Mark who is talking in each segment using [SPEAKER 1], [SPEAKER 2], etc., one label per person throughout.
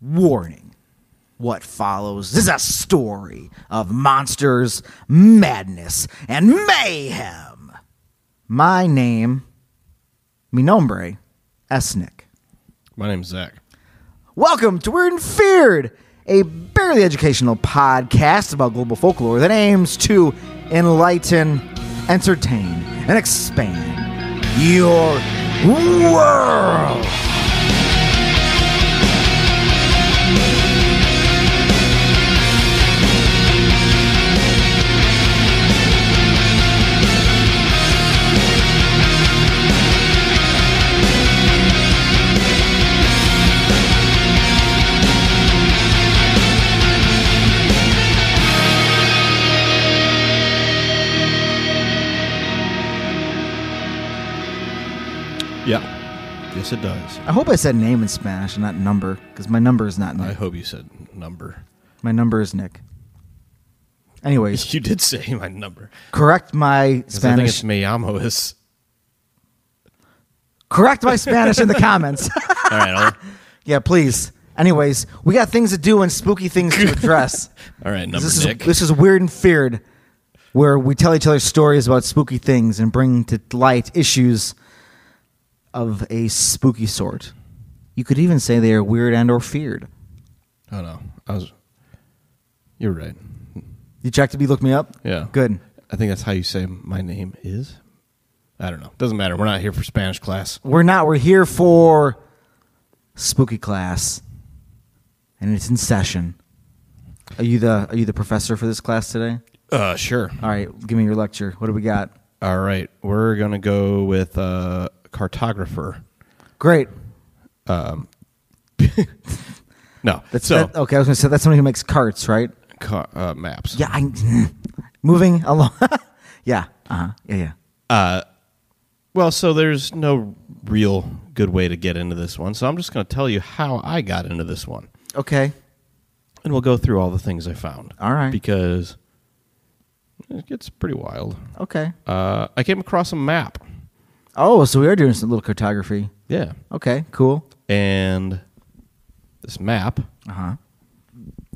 [SPEAKER 1] Warning. What follows is a story of monsters, madness, and mayhem. My name, mi nombre, Esnick.
[SPEAKER 2] My name's Zach.
[SPEAKER 1] Welcome to Weird and Feared, a barely educational podcast about global folklore that aims to enlighten, entertain, and expand your world.
[SPEAKER 2] Yeah. Yes, it does.
[SPEAKER 1] I hope I said name in Spanish and not number, because my number is not
[SPEAKER 2] I
[SPEAKER 1] Nick.
[SPEAKER 2] hope you said number.
[SPEAKER 1] My number is Nick. Anyways,
[SPEAKER 2] You did say my number.
[SPEAKER 1] correct my
[SPEAKER 2] 'Cause I think
[SPEAKER 1] Spanish.
[SPEAKER 2] it's me amo is.
[SPEAKER 1] Correct my Spanish in the comments.
[SPEAKER 2] All right. I'll,
[SPEAKER 1] yeah, please. Anyways, we got things to do and spooky things to address.
[SPEAKER 2] all right. Number
[SPEAKER 1] this is
[SPEAKER 2] Nick.
[SPEAKER 1] this is weird and feared, where we tell each other stories about spooky things and bring to light issues of a spooky sort. You could even say they are weird and or feared.
[SPEAKER 2] oh, no. I was. You're right.
[SPEAKER 1] You checked to be look me up.
[SPEAKER 2] Yeah.
[SPEAKER 1] good.
[SPEAKER 2] I think that's how you say my name is. I don't know. Doesn't matter. We're not here for Spanish class.
[SPEAKER 1] We're not. We're here for spooky class, and it's in session. Are you the Are you the professor for this class today?
[SPEAKER 2] Uh, sure.
[SPEAKER 1] All right, give me your lecture. What do we got?
[SPEAKER 2] All right. We're going to go with uh, cartographer.
[SPEAKER 1] Great.
[SPEAKER 2] No.
[SPEAKER 1] That's
[SPEAKER 2] so,
[SPEAKER 1] that, okay. I was gonna say that's someone who makes carts, right?
[SPEAKER 2] ca- uh, maps.
[SPEAKER 1] Yeah. I, moving along. yeah. Uh huh. Yeah. Yeah.
[SPEAKER 2] Well, so there's no real good way to get into this one, so I'm just going to tell you how I got into this one,
[SPEAKER 1] Okay.
[SPEAKER 2] and we'll go through all the things I found.
[SPEAKER 1] All right.
[SPEAKER 2] because it gets pretty wild.
[SPEAKER 1] Okay.
[SPEAKER 2] Uh, I came across a map.
[SPEAKER 1] Oh, so we are doing some little cartography.
[SPEAKER 2] Yeah,
[SPEAKER 1] Okay. Cool.
[SPEAKER 2] and this map
[SPEAKER 1] Uh huh.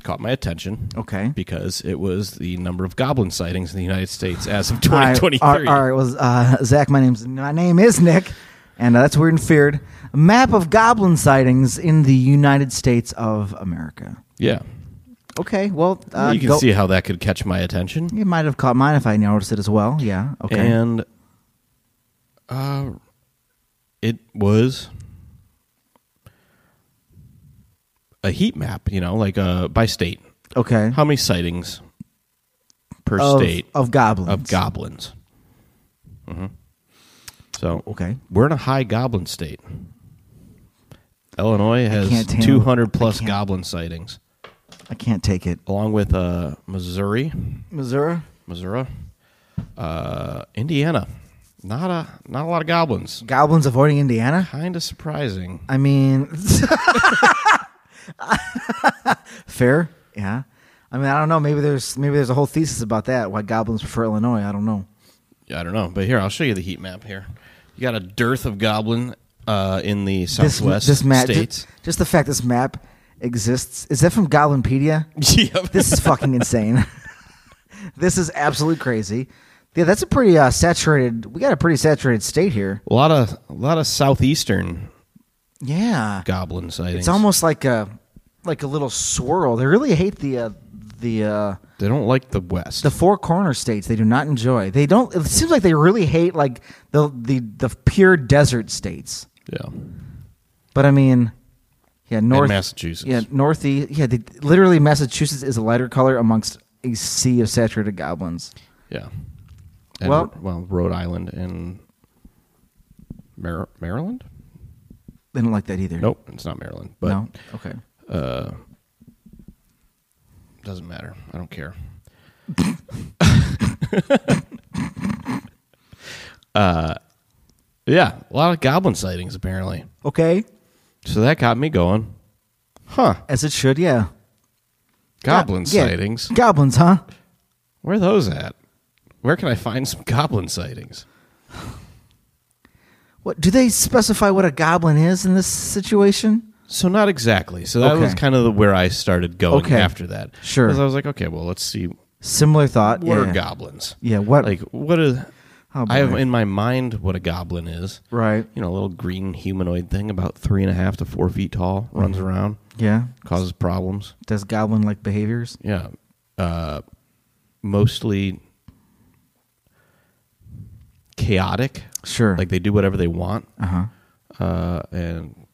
[SPEAKER 2] caught my attention.
[SPEAKER 1] Okay.
[SPEAKER 2] because it was the number of goblin sightings in the United States as of
[SPEAKER 1] All right,
[SPEAKER 2] 2023.
[SPEAKER 1] All right, all right, well, uh, Zach, my name's my name is Nick, and uh, that's weird and feared. A map of goblin sightings in the United States of America.
[SPEAKER 2] Yeah,
[SPEAKER 1] Okay, well, uh,
[SPEAKER 2] you can
[SPEAKER 1] go-
[SPEAKER 2] see how that could catch my attention.
[SPEAKER 1] It might have caught mine if I noticed it as well. Yeah. Okay.
[SPEAKER 2] And uh, it was a heat map, you know, like uh, by state.
[SPEAKER 1] okay.
[SPEAKER 2] How many sightings per
[SPEAKER 1] of,
[SPEAKER 2] state
[SPEAKER 1] of goblins.
[SPEAKER 2] of goblins? hmm So
[SPEAKER 1] Okay.
[SPEAKER 2] we're in a high goblin state. Illinois has
[SPEAKER 1] can't handle-
[SPEAKER 2] 200 plus
[SPEAKER 1] I can't-
[SPEAKER 2] goblin sightings,
[SPEAKER 1] I can't take it.
[SPEAKER 2] along with uh, Missouri,
[SPEAKER 1] Missouri.
[SPEAKER 2] Missouri, uh, Indiana. Not a not a lot of goblins.
[SPEAKER 1] Goblins avoiding Indiana.
[SPEAKER 2] kind of surprising.
[SPEAKER 1] I mean, fair. Yeah. I mean, I don't know. Maybe there's maybe there's a whole thesis about that. Why goblins prefer Illinois? I don't know.
[SPEAKER 2] Yeah, I don't know, but here I'll show you the heat map. Here, you got a dearth of goblin uh, in the
[SPEAKER 1] this,
[SPEAKER 2] southwest
[SPEAKER 1] this map, ju-
[SPEAKER 2] states.
[SPEAKER 1] Just, the fact this map exists. Is that from Goblinpedia?
[SPEAKER 2] yep.
[SPEAKER 1] This is fucking insane. this is absolutely crazy. Yeah, that's a pretty uh, saturated. We got a pretty saturated state here.
[SPEAKER 2] a lot of a lot of southeastern
[SPEAKER 1] Yeah,
[SPEAKER 2] goblin sightings.
[SPEAKER 1] it's almost like a like a little swirl. They really hate the uh, the uh,
[SPEAKER 2] they don't like the west.
[SPEAKER 1] the four corner states. They do not enjoy. They don't. It seems like they really hate like the the the pure desert states.
[SPEAKER 2] yeah,
[SPEAKER 1] But I mean, yeah, North
[SPEAKER 2] and Massachusetts.
[SPEAKER 1] Yeah, northeast. Yeah, they, literally Massachusetts is a lighter color amongst a sea of saturated goblins.
[SPEAKER 2] yeah. And
[SPEAKER 1] Well-
[SPEAKER 2] Ro- well, Rhode Island and Mar- Maryland.
[SPEAKER 1] They don't like that either.
[SPEAKER 2] Nope, it's not Maryland, but
[SPEAKER 1] no. Okay.
[SPEAKER 2] doesn't matter. I don't care. uh, yeah, a lot of goblin sightings apparently.
[SPEAKER 1] Okay.
[SPEAKER 2] So that got me going. Huh?
[SPEAKER 1] As it should. Yeah.
[SPEAKER 2] Goblin
[SPEAKER 1] Yeah,
[SPEAKER 2] sightings.
[SPEAKER 1] Goblins, huh?
[SPEAKER 2] Where are those at? Where can I find some goblin sightings?
[SPEAKER 1] What do they specify? What a goblin is in this situation?
[SPEAKER 2] So not exactly. So that
[SPEAKER 1] Okay.
[SPEAKER 2] was kind of the, where I started going
[SPEAKER 1] Okay.
[SPEAKER 2] after that.
[SPEAKER 1] Sure.
[SPEAKER 2] 'Cause I was like, okay, well, let's see.
[SPEAKER 1] Similar thought.
[SPEAKER 2] What
[SPEAKER 1] yeah.
[SPEAKER 2] are goblins?
[SPEAKER 1] Yeah, what-
[SPEAKER 2] Like what are?
[SPEAKER 1] Oh,
[SPEAKER 2] I have
[SPEAKER 1] boy.
[SPEAKER 2] in my mind what a goblin is.
[SPEAKER 1] Right.
[SPEAKER 2] You know, a little green humanoid thing about three and a half to four feet tall, runs around,
[SPEAKER 1] Yeah.
[SPEAKER 2] causes problems.
[SPEAKER 1] Does goblin like behaviors?
[SPEAKER 2] Yeah. Uh, mostly chaotic.
[SPEAKER 1] Sure.
[SPEAKER 2] Like they do whatever they want
[SPEAKER 1] uh huh.
[SPEAKER 2] uh, and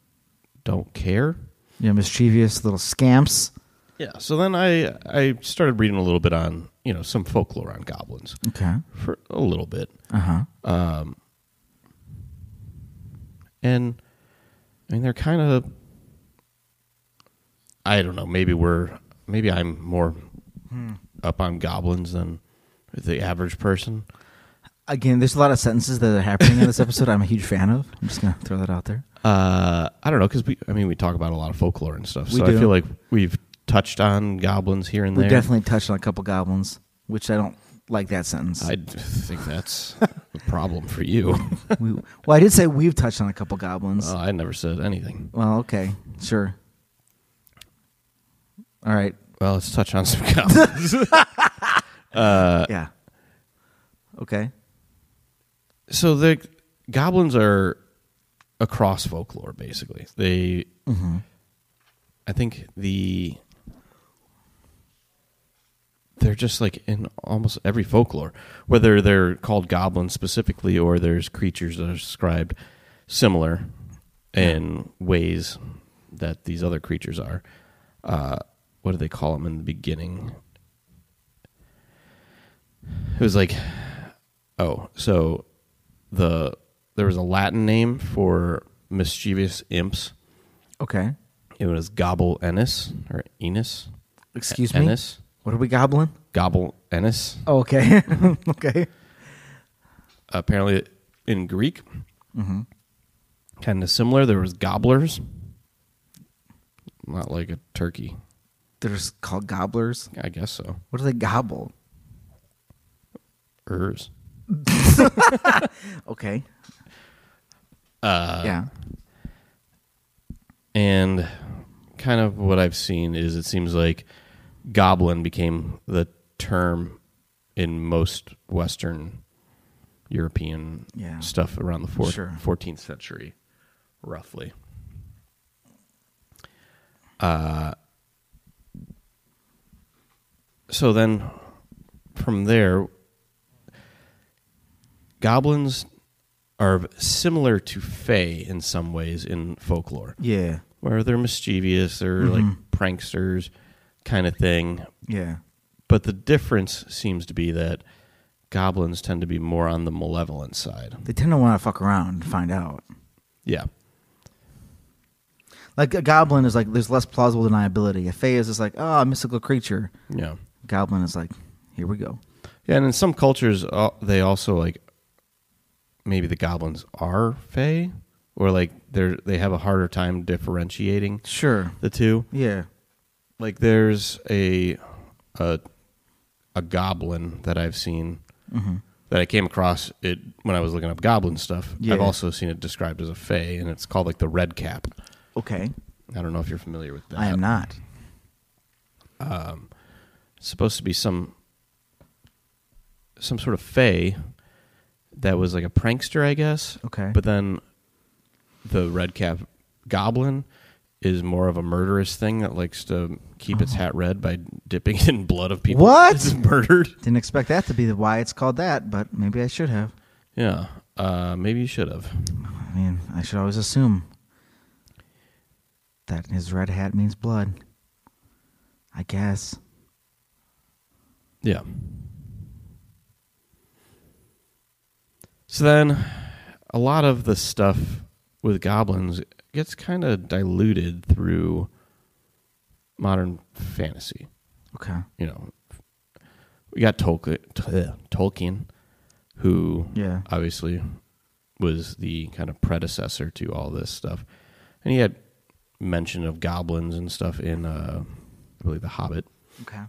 [SPEAKER 2] don't care.
[SPEAKER 1] Yeah, mischievous little scamps.
[SPEAKER 2] Yeah. So then I I started reading a little bit on you know some folklore on goblins
[SPEAKER 1] Okay.
[SPEAKER 2] for a little bit,
[SPEAKER 1] Uh huh.
[SPEAKER 2] and I mean they're kind of I don't know maybe we're maybe I'm more
[SPEAKER 1] Hmm.
[SPEAKER 2] up on goblins than the average person.
[SPEAKER 1] Again, there's a lot of sentences that are happening in this episode. I'm a huge fan of. I'm just gonna throw that out there.
[SPEAKER 2] Uh, I don't know because we I mean we talk about a lot of folklore and stuff,
[SPEAKER 1] We
[SPEAKER 2] so
[SPEAKER 1] do.
[SPEAKER 2] I feel like we've touched on goblins here and
[SPEAKER 1] We
[SPEAKER 2] there.
[SPEAKER 1] definitely touched on a couple goblins, which I don't like that sentence.
[SPEAKER 2] I d- think that's a problem for you.
[SPEAKER 1] we, well, I did say we've touched on a couple goblins.
[SPEAKER 2] Uh, I never said anything.
[SPEAKER 1] well, okay, sure. All right.
[SPEAKER 2] Well, let's touch on some goblins. Uh.
[SPEAKER 1] yeah. Okay.
[SPEAKER 2] so the goblins are across folklore, basically. They, I think the they're just like in almost every folklore, whether they're called goblins specifically or there's creatures that are described similar in ways that these other creatures are. Uh, what do they call them in the beginning? It was like, oh, so the there was a Latin name for mischievous imps.
[SPEAKER 1] Okay.
[SPEAKER 2] It was gobble ennis or enis.
[SPEAKER 1] Excuse me.
[SPEAKER 2] ennis.
[SPEAKER 1] What are we gobbling?
[SPEAKER 2] Gobble ennis.
[SPEAKER 1] Oh, okay. okay.
[SPEAKER 2] Apparently, in Greek,
[SPEAKER 1] Mm-hmm.
[SPEAKER 2] kind of similar. There was gobblers, not like a turkey.
[SPEAKER 1] They're just called gobblers.
[SPEAKER 2] I guess so.
[SPEAKER 1] What do they gobble?
[SPEAKER 2] Ers.
[SPEAKER 1] Okay. Uh, yeah.
[SPEAKER 2] And kind of what I've seen is it seems like goblin became the term in most Western European
[SPEAKER 1] Yeah.
[SPEAKER 2] stuff around the fourth,
[SPEAKER 1] Sure.
[SPEAKER 2] 14th century, roughly. Uh, so then from there, goblins are similar to fae in some ways in folklore
[SPEAKER 1] Yeah.
[SPEAKER 2] where they're mischievous, they're like pranksters kind of thing.
[SPEAKER 1] Yeah.
[SPEAKER 2] But the difference seems to be that goblins tend to be more on the malevolent side.
[SPEAKER 1] They tend to want to fuck around and find out.
[SPEAKER 2] Yeah.
[SPEAKER 1] Like a goblin is like there's less plausible deniability. A fae is just like oh, a mystical creature.
[SPEAKER 2] Yeah.
[SPEAKER 1] Goblin is like here we go.
[SPEAKER 2] Yeah, and in some cultures uh, they also like maybe the goblins are fae or like they're they have a harder time differentiating
[SPEAKER 1] Sure.
[SPEAKER 2] the two.
[SPEAKER 1] Yeah.
[SPEAKER 2] like there's a a a goblin that I've seen
[SPEAKER 1] Mm-hmm.
[SPEAKER 2] that I came across it when I was looking up goblin stuff.
[SPEAKER 1] Yeah.
[SPEAKER 2] I've also seen it described as a fae, and it's called like the red cap.
[SPEAKER 1] Okay.
[SPEAKER 2] I don't know if you're familiar with that.
[SPEAKER 1] I am not.
[SPEAKER 2] It's supposed to be some some sort of fae that was like a prankster, I guess.
[SPEAKER 1] Okay.
[SPEAKER 2] But then the red cap goblin is more of a murderous thing that likes to keep its hat red by dipping it in blood of people
[SPEAKER 1] Oh. What?
[SPEAKER 2] it's murdered.
[SPEAKER 1] Didn't expect that to be the why it's called that, but maybe I should have.
[SPEAKER 2] Yeah. Uh, maybe you should have.
[SPEAKER 1] I mean, I should always assume that his red hat means blood. I guess.
[SPEAKER 2] Yeah. So then a lot of the stuff with goblins gets kind of diluted through modern fantasy.
[SPEAKER 1] Okay.
[SPEAKER 2] You know, we got Tolkien, Tolkien who
[SPEAKER 1] Yeah.
[SPEAKER 2] obviously was the kind of predecessor to all this stuff. And he had mention of goblins and stuff in, uh, I believe, The Hobbit.
[SPEAKER 1] Okay.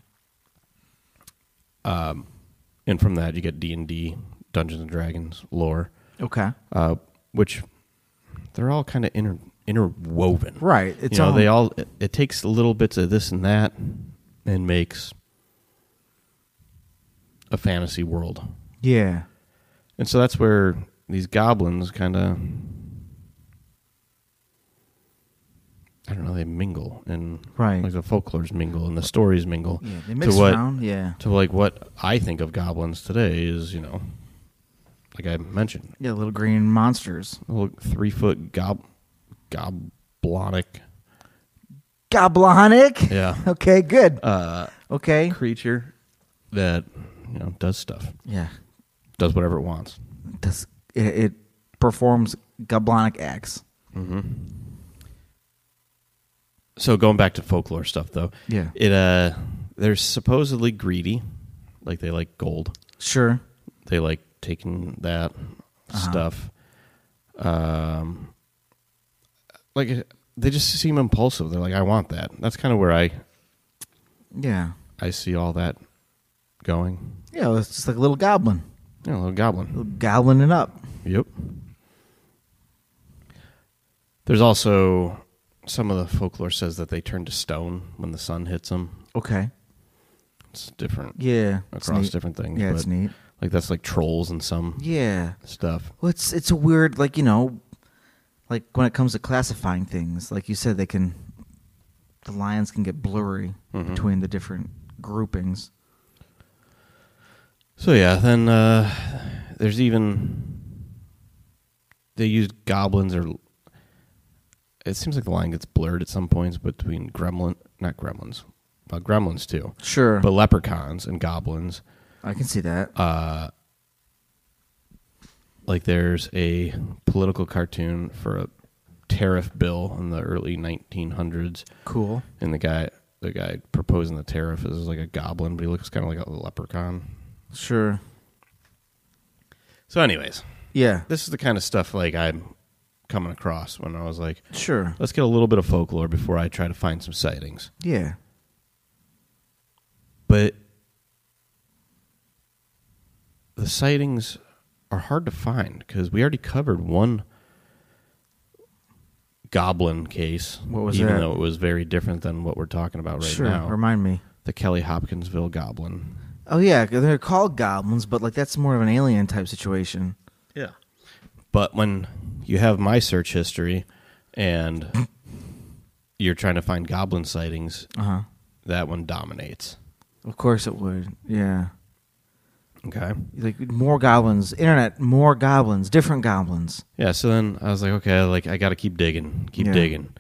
[SPEAKER 2] and from that you get D and D, Dungeons and Dragons lore,
[SPEAKER 1] Okay.
[SPEAKER 2] uh, which they're all kind of inter- interwoven.
[SPEAKER 1] Right, it's um,
[SPEAKER 2] you know,
[SPEAKER 1] all-
[SPEAKER 2] they all it, it takes little bits of this and that and makes a fantasy world.
[SPEAKER 1] Yeah.
[SPEAKER 2] And so that's where these goblins kind of I don't know, they mingle and
[SPEAKER 1] Right.
[SPEAKER 2] like the folklores mingle and the stories mingle.
[SPEAKER 1] Yeah, they mix
[SPEAKER 2] to what,
[SPEAKER 1] around, yeah.
[SPEAKER 2] To like what I think of goblins today is, you know, like I mentioned,
[SPEAKER 1] Yeah, little green monsters.
[SPEAKER 2] a little three foot gob goblonic
[SPEAKER 1] Goblonic?
[SPEAKER 2] Yeah.
[SPEAKER 1] Okay, good. okay.
[SPEAKER 2] uh, creature that, you know, does stuff.
[SPEAKER 1] Yeah.
[SPEAKER 2] Does whatever it wants.
[SPEAKER 1] Does it, it performs goblonic acts.
[SPEAKER 2] Mm-hmm. so going back to folklore stuff though
[SPEAKER 1] Yeah.
[SPEAKER 2] it uh they're supposedly greedy like they like gold
[SPEAKER 1] Sure.
[SPEAKER 2] they like taking that
[SPEAKER 1] Uh-huh.
[SPEAKER 2] stuff um like they just seem impulsive they're like i want that that's kind of where i
[SPEAKER 1] Yeah.
[SPEAKER 2] i see all that going
[SPEAKER 1] Yeah, it's just like a little goblin.
[SPEAKER 2] yeah little goblin
[SPEAKER 1] Little goblin it up.
[SPEAKER 2] yep there's also some of the folklore says that they turn to stone when the sun hits them
[SPEAKER 1] Okay.
[SPEAKER 2] it's different
[SPEAKER 1] Yeah. it's
[SPEAKER 2] across
[SPEAKER 1] neat.
[SPEAKER 2] different things.
[SPEAKER 1] Yeah,
[SPEAKER 2] but
[SPEAKER 1] it's neat.
[SPEAKER 2] Like that's like trolls and some
[SPEAKER 1] Yeah.
[SPEAKER 2] stuff.
[SPEAKER 1] Well, it's it's a weird like you know, like when it comes to classifying things, like you said, they can the lines can get blurry between the different groupings.
[SPEAKER 2] So yeah, then uh, there's even they use goblins or it seems like the line gets blurred at some points between gremlin, not gremlins, uh, gremlins too,
[SPEAKER 1] Sure, Uh,
[SPEAKER 2] but leprechauns and goblins.
[SPEAKER 1] I can see that.
[SPEAKER 2] Like there's a political cartoon for a tariff bill in the early 1900s.
[SPEAKER 1] cool.
[SPEAKER 2] and the guy the guy proposing the tariff is like a goblin, but he looks kind of like a leprechaun.
[SPEAKER 1] Sure.
[SPEAKER 2] So, anyways,
[SPEAKER 1] Yeah.
[SPEAKER 2] this is the kind of stuff like I'm coming across when I was like,
[SPEAKER 1] Sure.
[SPEAKER 2] let's get a little bit of folklore before I try to find some sightings.
[SPEAKER 1] Yeah.
[SPEAKER 2] But the sightings are hard to find because we already covered one goblin case.
[SPEAKER 1] What was
[SPEAKER 2] even
[SPEAKER 1] that?
[SPEAKER 2] though it was very different than what we're talking about right
[SPEAKER 1] sure.
[SPEAKER 2] now.
[SPEAKER 1] Remind me.
[SPEAKER 2] the Kelly Hopkinsville goblin.
[SPEAKER 1] Oh yeah, they're called goblins, but like that's more of an alien type situation.
[SPEAKER 2] Yeah. But when you have my search history and you're trying to find goblin sightings,
[SPEAKER 1] Uh huh.
[SPEAKER 2] that one dominates.
[SPEAKER 1] Of course it would. Yeah.
[SPEAKER 2] Okay.
[SPEAKER 1] Like more goblins, internet, more goblins, different goblins.
[SPEAKER 2] Yeah, so then I was like, okay, like I got to keep digging, keep
[SPEAKER 1] Yeah.
[SPEAKER 2] digging.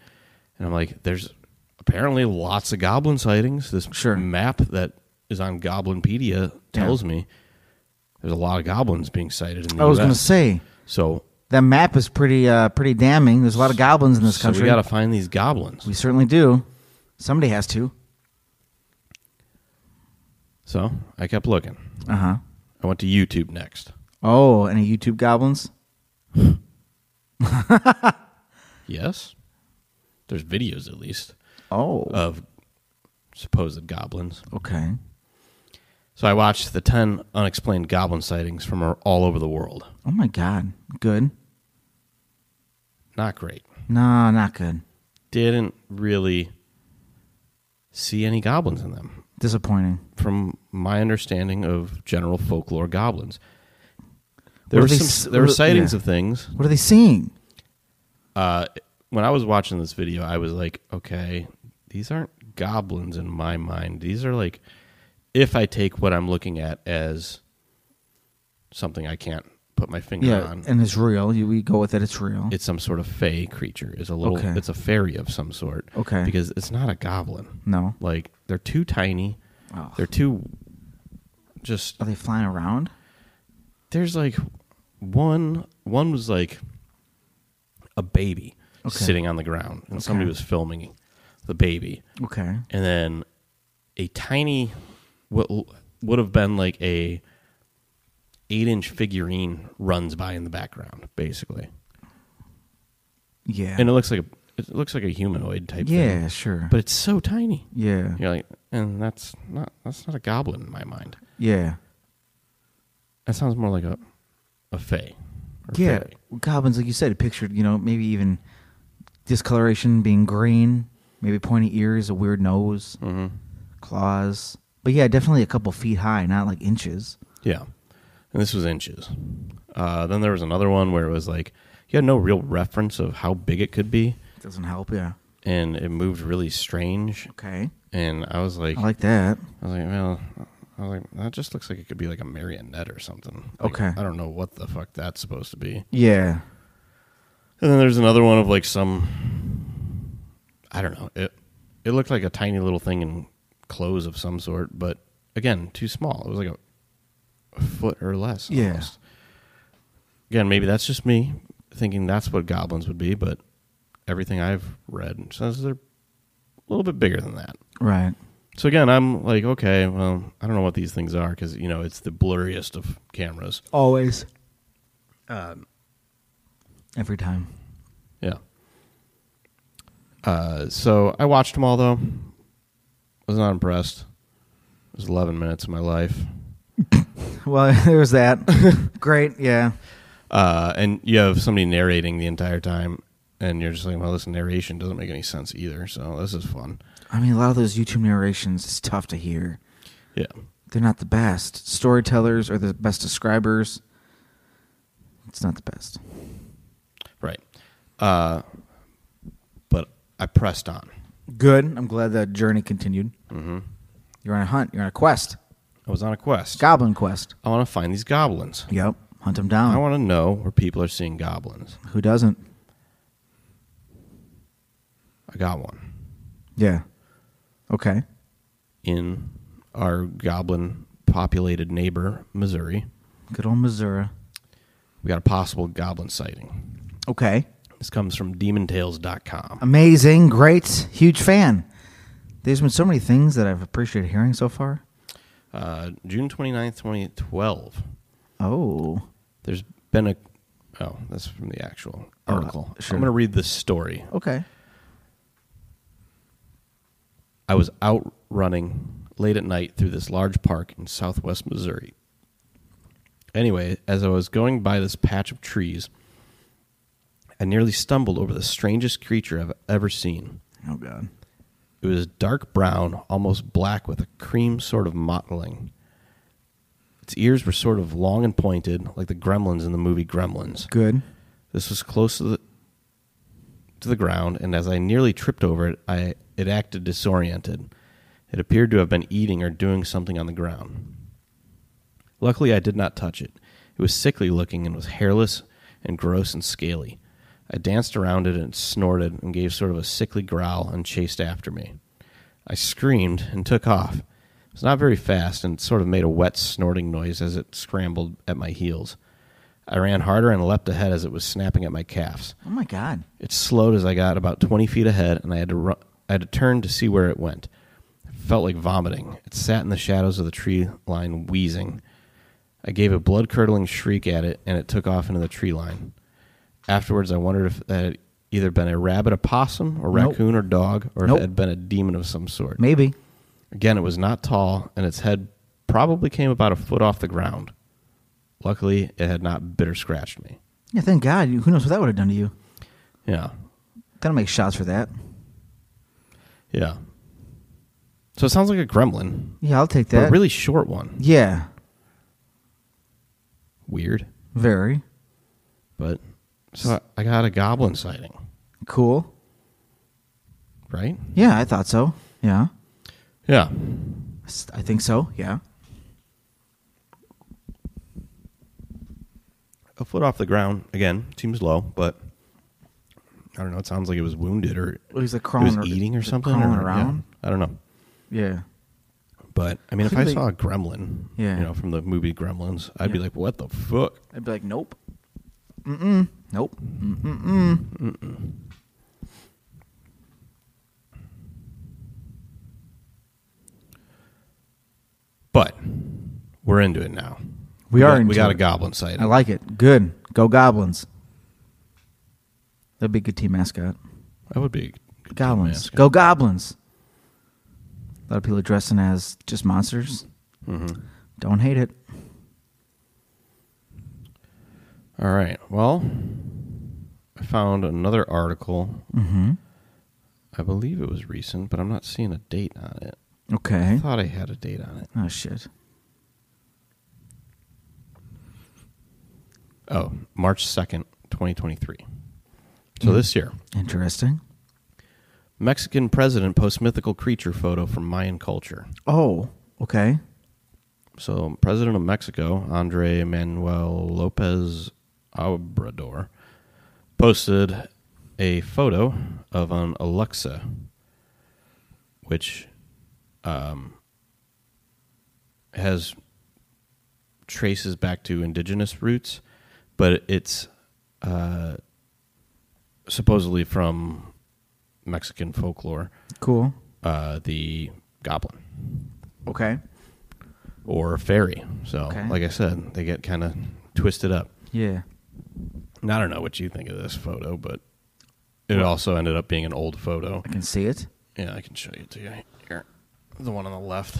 [SPEAKER 2] And I'm like, there's apparently lots of goblin sightings. This
[SPEAKER 1] Sure.
[SPEAKER 2] map that is on Goblinpedia tells me there's a lot of goblins being sighted in the
[SPEAKER 1] I was
[SPEAKER 2] US.
[SPEAKER 1] gonna say
[SPEAKER 2] so
[SPEAKER 1] That map is pretty uh, pretty damning. There's a lot of goblins in this
[SPEAKER 2] so
[SPEAKER 1] country.
[SPEAKER 2] we got to find these goblins.
[SPEAKER 1] We certainly do. Somebody has to.
[SPEAKER 2] So, I kept looking.
[SPEAKER 1] Uh
[SPEAKER 2] Uh-huh.
[SPEAKER 1] huh.
[SPEAKER 2] I went to YouTube next.
[SPEAKER 1] Oh, any YouTube goblins?
[SPEAKER 2] Yes. There's videos, at least,
[SPEAKER 1] Oh.
[SPEAKER 2] of supposed goblins.
[SPEAKER 1] okay.
[SPEAKER 2] So I watched the 10 unexplained goblin sightings from all over the world.
[SPEAKER 1] Oh my god. Good.
[SPEAKER 2] Not great.
[SPEAKER 1] No, not good.
[SPEAKER 2] Didn't really see any goblins in them,
[SPEAKER 1] Disappointing.
[SPEAKER 2] from my understanding of general folklore goblins.
[SPEAKER 1] What
[SPEAKER 2] There
[SPEAKER 1] are
[SPEAKER 2] were
[SPEAKER 1] they
[SPEAKER 2] some
[SPEAKER 1] s-
[SPEAKER 2] there were
[SPEAKER 1] what are-
[SPEAKER 2] sightings
[SPEAKER 1] yeah.
[SPEAKER 2] of things.
[SPEAKER 1] What are they seeing?
[SPEAKER 2] Uh, when I was watching this video, I was like, okay, these aren't goblins in my mind. These are like, if I take what I'm looking at as something I can't put my finger
[SPEAKER 1] yeah,
[SPEAKER 2] on,
[SPEAKER 1] and it's real. You, we go with it. It's real.
[SPEAKER 2] it's some sort of fey creature. It's a little,
[SPEAKER 1] Okay.
[SPEAKER 2] it's a fairy of some sort.
[SPEAKER 1] Okay.
[SPEAKER 2] because it's not a goblin.
[SPEAKER 1] no.
[SPEAKER 2] Like they're too tiny.
[SPEAKER 1] Oh.
[SPEAKER 2] They're too. Just
[SPEAKER 1] Are they flying around?
[SPEAKER 2] there's like one one was like a baby
[SPEAKER 1] Okay.
[SPEAKER 2] sitting on the ground and somebody
[SPEAKER 1] Okay.
[SPEAKER 2] was filming the baby
[SPEAKER 1] Okay.
[SPEAKER 2] and then a tiny what l- would have been like a eight inch figurine runs by in the background basically
[SPEAKER 1] Yeah.
[SPEAKER 2] and it looks like a it looks like a humanoid type
[SPEAKER 1] yeah.
[SPEAKER 2] thing
[SPEAKER 1] Sure.
[SPEAKER 2] but it's so tiny
[SPEAKER 1] yeah.
[SPEAKER 2] you're like and that's not that's not a goblin in my mind
[SPEAKER 1] Yeah.
[SPEAKER 2] that sounds more like a a fae or
[SPEAKER 1] Yeah,
[SPEAKER 2] fairy.
[SPEAKER 1] goblins, like you said, pictured, you know, maybe even discoloration being green, maybe pointy ears, a weird nose,
[SPEAKER 2] Mm-hmm.
[SPEAKER 1] claws. But yeah, definitely a couple feet high, not like inches.
[SPEAKER 2] Yeah. And this was inches. Uh, then there was another one where it was like you had no real reference of how big it could be,
[SPEAKER 1] Doesn't help, yeah.
[SPEAKER 2] and it moved really strange.
[SPEAKER 1] Okay.
[SPEAKER 2] And I was like,
[SPEAKER 1] I like that.
[SPEAKER 2] I was like, well, I was like, that just looks like it could be like a marionette or something. Like,
[SPEAKER 1] Okay.
[SPEAKER 2] I don't know what the fuck that's supposed to be.
[SPEAKER 1] Yeah.
[SPEAKER 2] And then there's another one of like some, I don't know. It it looked like a tiny little thing in clothes of some sort, but again, too small. It was like a, a foot or less.
[SPEAKER 1] Yeah.
[SPEAKER 2] almost. Again, maybe that's just me thinking that's what goblins would be, but everything I've read says they're a little bit bigger than that.
[SPEAKER 1] Right.
[SPEAKER 2] So again, I'm like, okay, well, I don't know what these things are because you know it's the blurriest of cameras.
[SPEAKER 1] Always. Every time.
[SPEAKER 2] Yeah. Uh, so I watched them all though. Was not impressed. It was 11 minutes of my life.
[SPEAKER 1] Well, there was that. Great, yeah.
[SPEAKER 2] Uh, and you have somebody narrating the entire time, and you're just like, well, this narration doesn't make any sense either. So this is fun.
[SPEAKER 1] I mean, a lot of those YouTube narrations is tough to hear.
[SPEAKER 2] Yeah.
[SPEAKER 1] They're not the best. Storytellers are the best describers. It's not the best.
[SPEAKER 2] Right. Uh, but I pressed on.
[SPEAKER 1] Good. I'm glad that journey continued. Mm-hmm. You're on a hunt. You're on a quest.
[SPEAKER 2] I was on a quest.
[SPEAKER 1] Goblin quest.
[SPEAKER 2] I want to find these goblins.
[SPEAKER 1] Yep. Hunt them down.
[SPEAKER 2] I want to know where people are seeing goblins.
[SPEAKER 1] Who doesn't?
[SPEAKER 2] I got one
[SPEAKER 1] Yeah. Okay.
[SPEAKER 2] in our goblin populated neighbor, Missouri.
[SPEAKER 1] Good old Missouri.
[SPEAKER 2] We got a possible goblin sighting.
[SPEAKER 1] Okay.
[SPEAKER 2] This comes from demontales.com.
[SPEAKER 1] Amazing. Great. Huge fan. There's been so many things that I've appreciated hearing so far.
[SPEAKER 2] Uh, June 29th, 2012.
[SPEAKER 1] Oh.
[SPEAKER 2] There's been a. Oh, that's from the actual
[SPEAKER 1] Oh,
[SPEAKER 2] article.
[SPEAKER 1] sure.
[SPEAKER 2] I'm going to read this story.
[SPEAKER 1] Okay.
[SPEAKER 2] I was out running late at night through this large park in southwest Missouri. Anyway, as I was going by this patch of trees, I nearly stumbled over the strangest creature I've ever seen.
[SPEAKER 1] Oh, God.
[SPEAKER 2] It was dark brown, almost black, with a cream sort of mottling. Its ears were sort of long and pointed, like the gremlins in the movie Gremlins.
[SPEAKER 1] Good.
[SPEAKER 2] This was close to the to the ground, and as I nearly tripped over it, I it acted disoriented. It appeared to have been eating or doing something on the ground. Luckily, I did not touch it. It was sickly looking and was hairless and gross and scaly. I danced around it and it snorted and gave sort of a sickly growl and chased after me. I screamed and took off. It was not very fast and it sort of made a wet snorting noise as it scrambled at my heels. I ran harder and leapt ahead as it was snapping at my calves.
[SPEAKER 1] Oh, my God.
[SPEAKER 2] It slowed as I got about 20 feet ahead, and I had to ru- I had to turn to see where it went. It felt like vomiting. It sat in the shadows of the tree line, wheezing. I gave a blood curdling shriek at it, and it took off into the tree line. Afterwards, I wondered if that had either been a rabbit, a possum, or
[SPEAKER 1] Nope.
[SPEAKER 2] raccoon, or dog, or
[SPEAKER 1] Nope.
[SPEAKER 2] if it had been a demon of some sort.
[SPEAKER 1] Maybe.
[SPEAKER 2] Again, it was not tall, and its head probably came about a foot off the ground. Luckily, it had not bit or scratched me.
[SPEAKER 1] Yeah, thank God. Who knows what that would have done to you?
[SPEAKER 2] Yeah.
[SPEAKER 1] That'll make shots for that.
[SPEAKER 2] Yeah. So it sounds like a gremlin,
[SPEAKER 1] Yeah, I'll take
[SPEAKER 2] but a
[SPEAKER 1] that.
[SPEAKER 2] really short one.
[SPEAKER 1] Yeah.
[SPEAKER 2] Weird,
[SPEAKER 1] Very
[SPEAKER 2] but so I- I got a goblin sighting,
[SPEAKER 1] cool.
[SPEAKER 2] right?
[SPEAKER 1] Yeah, I thought so. Yeah.
[SPEAKER 2] Yeah.
[SPEAKER 1] S- I think so. Yeah.
[SPEAKER 2] A foot off the ground again seems low, but I don't know. It sounds like it was wounded or
[SPEAKER 1] It was like
[SPEAKER 2] it
[SPEAKER 1] crawling
[SPEAKER 2] was
[SPEAKER 1] ar-
[SPEAKER 2] eating or
[SPEAKER 1] like
[SPEAKER 2] something.
[SPEAKER 1] crawling
[SPEAKER 2] or- yeah,
[SPEAKER 1] around.
[SPEAKER 2] I don't know.
[SPEAKER 1] Yeah.
[SPEAKER 2] But I mean, if
[SPEAKER 1] Could
[SPEAKER 2] I
[SPEAKER 1] they-
[SPEAKER 2] saw a gremlin,
[SPEAKER 1] Yeah.
[SPEAKER 2] you know, from the movie Gremlins, I'd be
[SPEAKER 1] Yeah.
[SPEAKER 2] like, "What the fuck?"
[SPEAKER 1] I'd be like, nope. Mm-mm. Nope. Mm-mm.
[SPEAKER 2] But we're into it now.
[SPEAKER 1] We are
[SPEAKER 2] got,
[SPEAKER 1] into
[SPEAKER 2] we got
[SPEAKER 1] it.
[SPEAKER 2] a goblin sighting.
[SPEAKER 1] I like it. Good. Go Goblins. That'd be a good team mascot.
[SPEAKER 2] That would be a good team
[SPEAKER 1] Goblins.
[SPEAKER 2] mascot.
[SPEAKER 1] Go Goblins. A lot of people are dressing as just monsters. Mm-hmm.
[SPEAKER 2] Mhm.
[SPEAKER 1] Don't hate it.
[SPEAKER 2] All right. Well, I found another article.
[SPEAKER 1] Mm-hmm.
[SPEAKER 2] I believe it was recent, but I'm not seeing a date on it. I
[SPEAKER 1] Okay.
[SPEAKER 2] thought I had a date on it.
[SPEAKER 1] Oh shit.
[SPEAKER 2] Oh, March 2nd, 2023. So this year,
[SPEAKER 1] Interesting.
[SPEAKER 2] Mexican president posts mythical creature photo from Mayan culture.
[SPEAKER 1] Oh. Okay.
[SPEAKER 2] So, President of Mexico, Andre Manuel Lopez Obrador, posted a photo of an Alexa, which um, has traces back to indigenous roots, but it's uh, supposedly from Mexican folklore,
[SPEAKER 1] Cool.
[SPEAKER 2] uh, the goblin
[SPEAKER 1] Okay.
[SPEAKER 2] or a fairy. So,
[SPEAKER 1] Okay.
[SPEAKER 2] like I said, they get kind of twisted up.
[SPEAKER 1] Yeah.
[SPEAKER 2] And I don't know what you think of this photo, but it also ended up being an old photo.
[SPEAKER 1] I can see it.
[SPEAKER 2] Yeah, I can show it to you here. The one on the left.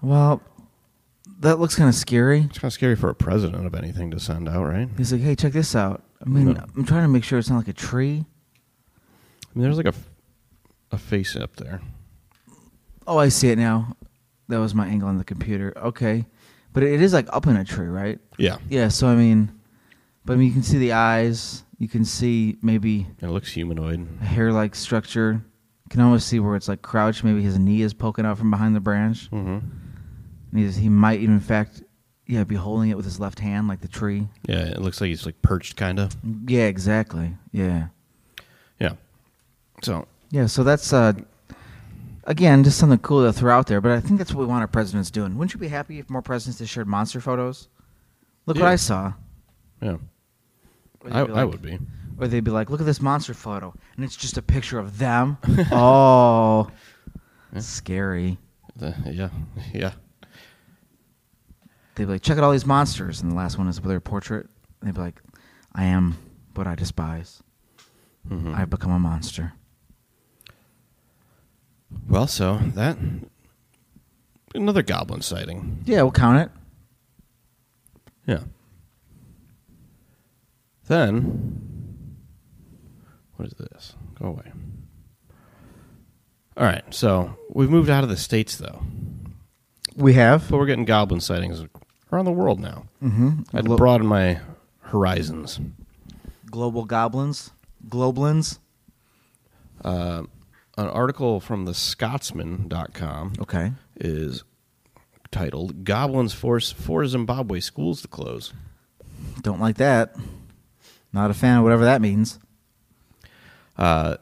[SPEAKER 1] Well, that looks kind of scary.
[SPEAKER 2] It's kind of scary for a president of anything to send out, right? I mean,
[SPEAKER 1] He's like, "Hey, check this out." I mean,
[SPEAKER 2] Yeah.
[SPEAKER 1] I'm trying to make sure it's not like a tree.
[SPEAKER 2] there's like a, f- a face up there.
[SPEAKER 1] Oh, I see it now. That was my angle on the computer. Okay, but it is like up in a tree, right?
[SPEAKER 2] Yeah.
[SPEAKER 1] Yeah. So I mean, but I mean, you can see the eyes. You can see maybe
[SPEAKER 2] It looks humanoid.
[SPEAKER 1] a hair-like structure. You can almost see where it's like crouched. Maybe his knee is poking out from behind the branch.
[SPEAKER 2] hmm
[SPEAKER 1] And he's, he might even, in fact, yeah, be holding it with his left hand, like the tree.
[SPEAKER 2] Yeah, it looks like he's like perched, kind of.
[SPEAKER 1] Yeah, exactly. Yeah.
[SPEAKER 2] Yeah. So,
[SPEAKER 1] Yeah, so that's uh again just something cool to throw out there, but I think that's what we want our presidents doing. Wouldn't you be happy if more presidents just shared monster photos? Look what
[SPEAKER 2] Yeah.
[SPEAKER 1] I saw.
[SPEAKER 2] yeah.
[SPEAKER 1] Or they'd
[SPEAKER 2] I,
[SPEAKER 1] be
[SPEAKER 2] I
[SPEAKER 1] like-
[SPEAKER 2] would be.
[SPEAKER 1] Or they'd be like, "Look at this monster photo," and it's just a picture of them. oh,
[SPEAKER 2] Yeah.
[SPEAKER 1] scary.
[SPEAKER 2] The- yeah. Yeah.
[SPEAKER 1] They'd be like, "Check out all these monsters," and the last one is with their portrait. And they'd be like, "I am what I despise.
[SPEAKER 2] Mhm.
[SPEAKER 1] I've become a monster."
[SPEAKER 2] Well, so that another goblin sighting.
[SPEAKER 1] Yeah, we'll count it.
[SPEAKER 2] Yeah. Then what is this? Go away. All right, so we've moved out of the states though,
[SPEAKER 1] We have.
[SPEAKER 2] but we're getting goblin sightings around the world now.
[SPEAKER 1] Mm-hmm.
[SPEAKER 2] I had to broaden my horizons.
[SPEAKER 1] global goblins, globlins.
[SPEAKER 2] Uh, an article from the Scotsman.com
[SPEAKER 1] Okay.
[SPEAKER 2] is titled "Goblins Force Four Zimbabwe Schools to Close."
[SPEAKER 1] Don't like that. Not a fan of whatever that means.
[SPEAKER 2] uh,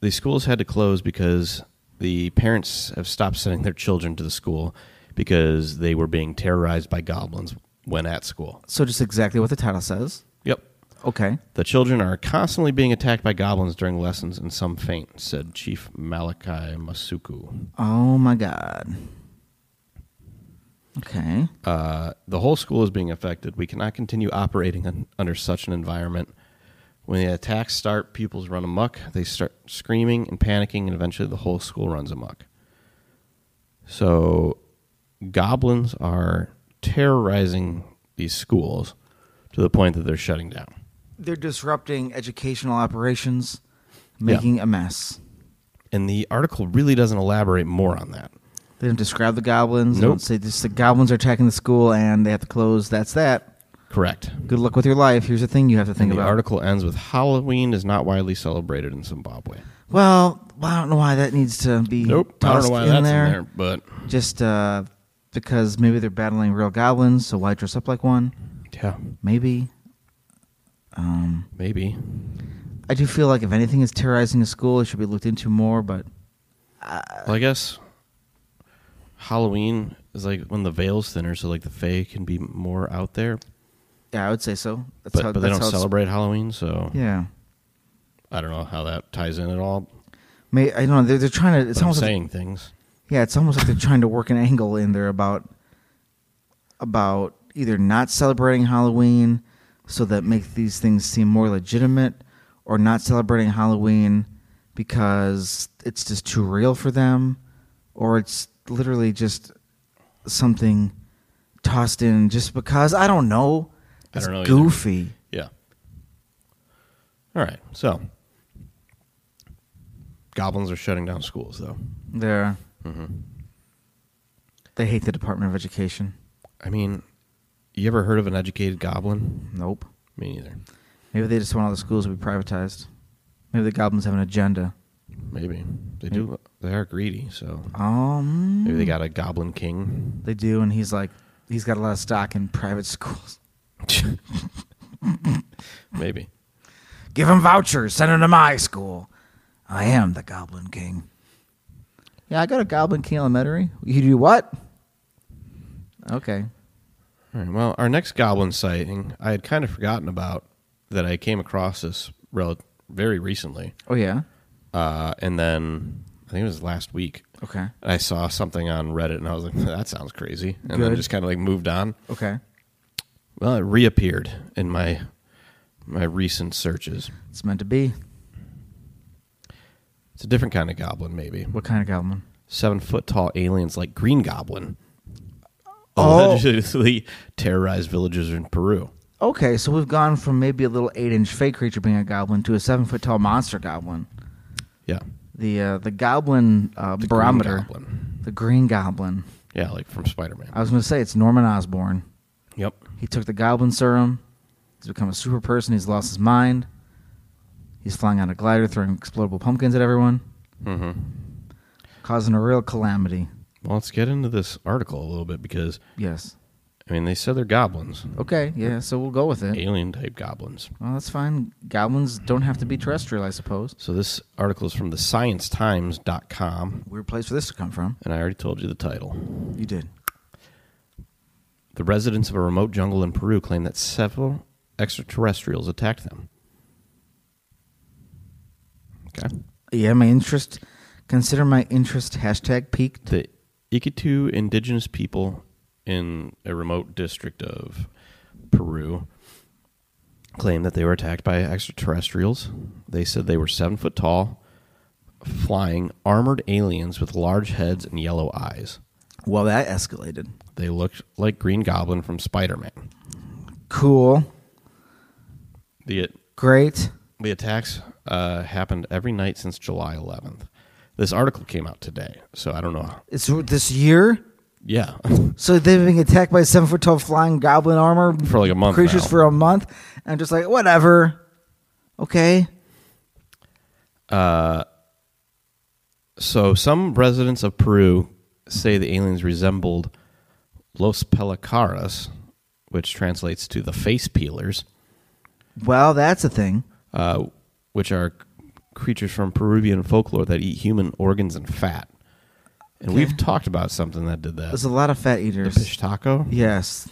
[SPEAKER 2] the schools had to close because the parents have stopped sending their children to the school because they were being terrorized by goblins when at school.
[SPEAKER 1] So just exactly what the title says.
[SPEAKER 2] Yep.
[SPEAKER 1] Okay.
[SPEAKER 2] The children are constantly being attacked by goblins during lessons and some faint, said Chief Malachi Masuku.
[SPEAKER 1] Oh my god. Okay.
[SPEAKER 2] Uh, the whole school is being affected. We cannot continue operating un- under such an environment. When the attacks start, pupils run amok. They start screaming and panicking, and eventually the whole school runs amok. So, goblins are terrorizing these schools to the point that they're shutting down.
[SPEAKER 1] They're disrupting educational operations,
[SPEAKER 2] Yeah.
[SPEAKER 1] making a mess.
[SPEAKER 2] And the article really doesn't elaborate more on that.
[SPEAKER 1] They don't describe the goblins. They
[SPEAKER 2] Nope.
[SPEAKER 1] don't say just the goblins are attacking the school and they have to close. That's that.
[SPEAKER 2] Correct.
[SPEAKER 1] Good luck with your life. Here's the thing you have to think
[SPEAKER 2] And the
[SPEAKER 1] about.
[SPEAKER 2] article ends with Halloween is not widely celebrated in Zimbabwe.
[SPEAKER 1] well, I don't know why that needs to be
[SPEAKER 2] Nope. I
[SPEAKER 1] tossed
[SPEAKER 2] don't know why
[SPEAKER 1] in
[SPEAKER 2] that's
[SPEAKER 1] there.
[SPEAKER 2] in there, but
[SPEAKER 1] Just uh, because maybe they're battling real goblins, so why dress up like one?
[SPEAKER 2] yeah,
[SPEAKER 1] Maybe. Um,
[SPEAKER 2] maybe.
[SPEAKER 1] I do feel like if anything is terrorizing a school, it should be looked into more. But
[SPEAKER 2] Well, I guess Halloween is like when the veil's thinner, so like the Fae can be more out there.
[SPEAKER 1] yeah, I would say so. That's
[SPEAKER 2] but
[SPEAKER 1] how,
[SPEAKER 2] but they
[SPEAKER 1] that's
[SPEAKER 2] don't
[SPEAKER 1] how it's-
[SPEAKER 2] celebrate Halloween, so
[SPEAKER 1] Yeah,
[SPEAKER 2] I don't know how that ties in at all.
[SPEAKER 1] May, I don't know. They're, they're trying to. It's
[SPEAKER 2] But I'm
[SPEAKER 1] almost.
[SPEAKER 2] saying things.
[SPEAKER 1] Like, yeah, it's almost like they're trying to work an angle in there about about either not celebrating Halloween, so that makes these things seem more legitimate, or not celebrating Halloween because it's just too real for them, or it's literally just something tossed in just because I don't know.
[SPEAKER 2] I
[SPEAKER 1] It's
[SPEAKER 2] don't know either.
[SPEAKER 1] goofy.
[SPEAKER 2] Yeah. All right. So goblins are shutting down schools, though.
[SPEAKER 1] They're they hate the Department of Education.
[SPEAKER 2] I mean, you ever heard of an educated goblin?
[SPEAKER 1] Nope.
[SPEAKER 2] Me neither.
[SPEAKER 1] Maybe they just want all the schools to be privatized. Maybe the goblins have an agenda.
[SPEAKER 2] Maybe they
[SPEAKER 1] Mm.
[SPEAKER 2] do. They are greedy, so
[SPEAKER 1] Um,
[SPEAKER 2] maybe they got a goblin king.
[SPEAKER 1] They do, and he's like, he's got a lot of stock in private schools.
[SPEAKER 2] maybe.
[SPEAKER 1] Give him vouchers. Send him to my school. I am the Goblin King. Yeah, I go to Goblin King Elementary. You do what? Okay.
[SPEAKER 2] All right. Well, our next goblin sighting, I had kind of forgotten about that. I came across this rel- very recently,
[SPEAKER 1] Oh yeah.
[SPEAKER 2] uh, and then I think it was last week.
[SPEAKER 1] Okay.
[SPEAKER 2] I saw something on Reddit, and I was like, "That sounds crazy," and
[SPEAKER 1] Good.
[SPEAKER 2] then just kind of like moved on.
[SPEAKER 1] Okay.
[SPEAKER 2] Well, it reappeared in my my recent searches.
[SPEAKER 1] It's meant to be.
[SPEAKER 2] It's a different kind of goblin, maybe.
[SPEAKER 1] What kind of goblin?
[SPEAKER 2] Seven foot tall aliens like Green Goblin
[SPEAKER 1] Oh.
[SPEAKER 2] allegedly terrorize villages in Peru.
[SPEAKER 1] Okay, so we've gone from maybe a little eight-inch fake creature being a goblin to a seven-foot-tall monster goblin.
[SPEAKER 2] Yeah,
[SPEAKER 1] The uh, the goblin uh,
[SPEAKER 2] The Green
[SPEAKER 1] barometer.
[SPEAKER 2] Goblin.
[SPEAKER 1] The Green Goblin.
[SPEAKER 2] yeah, like from Spider Man.
[SPEAKER 1] I was going to say it's Norman Osborn.
[SPEAKER 2] yep.
[SPEAKER 1] He took the goblin serum. He's become a super person. He's lost his mind. He's flying on a glider, throwing explodable pumpkins at everyone,
[SPEAKER 2] hmm
[SPEAKER 1] causing a real calamity.
[SPEAKER 2] Well, let's get into this article a little bit because
[SPEAKER 1] Yes.
[SPEAKER 2] I mean they said they're goblins,
[SPEAKER 1] Okay. Yeah. So we'll go with it.
[SPEAKER 2] alien type goblins.
[SPEAKER 1] Well, that's fine. Goblins don't have to be terrestrial, I suppose.
[SPEAKER 2] So this article is from the ScienceTimes.com,
[SPEAKER 1] Weird place for this to come from.
[SPEAKER 2] and I already told you the title.
[SPEAKER 1] You did.
[SPEAKER 2] The residents of a remote jungle in Peru claim that several extraterrestrials attacked them. Okay.
[SPEAKER 1] Yeah. My interest. Consider my interest hashtag peaked.
[SPEAKER 2] The Iquitu indigenous people in a remote district of Peru claim that they were attacked by extraterrestrials. They said they were seven foot tall, flying, armored aliens with large heads and yellow eyes.
[SPEAKER 1] Well, that escalated.
[SPEAKER 2] They looked like Green Goblin from Spider Man.
[SPEAKER 1] Cool.
[SPEAKER 2] The
[SPEAKER 1] Great.
[SPEAKER 2] The attacks uh, happened every night since July 11th. This article came out today, so I don't know.
[SPEAKER 1] It's this year.
[SPEAKER 2] Yeah,
[SPEAKER 1] So they've been attacked by seven foot tall flying goblin armor
[SPEAKER 2] for like a month.
[SPEAKER 1] creatures
[SPEAKER 2] now.
[SPEAKER 1] for a month, and I'm just like whatever. Okay,
[SPEAKER 2] so some residents of Peru say the aliens resembled Los Pelicaras, which translates to the face peelers,
[SPEAKER 1] well that's a thing.
[SPEAKER 2] uh, which are creatures from Peruvian folklore that eat human organs and fat. And
[SPEAKER 1] Okay.
[SPEAKER 2] we've talked about something that did that.
[SPEAKER 1] There's a lot of fat
[SPEAKER 2] the
[SPEAKER 1] eaters.
[SPEAKER 2] fish taco.
[SPEAKER 1] Yes,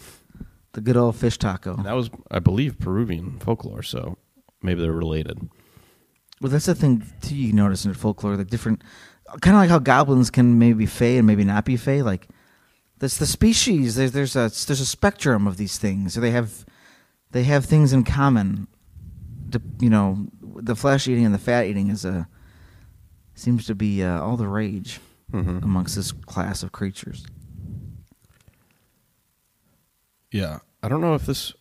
[SPEAKER 1] the good old fish taco.
[SPEAKER 2] That was, I believe, Peruvian folklore, so maybe they're related.
[SPEAKER 1] Well, that's the thing too. You notice in folklore, like different, kind of like how goblins can maybe be fey and maybe not be fey. Like that's the species. There's there's a there's a spectrum of these things. So they have they have things in common. The- you know, the flesh eating and the fat eating is a seems to be uh, all the rage
[SPEAKER 2] Mhm.
[SPEAKER 1] amongst this class of creatures.
[SPEAKER 2] Yeah, I don't know if this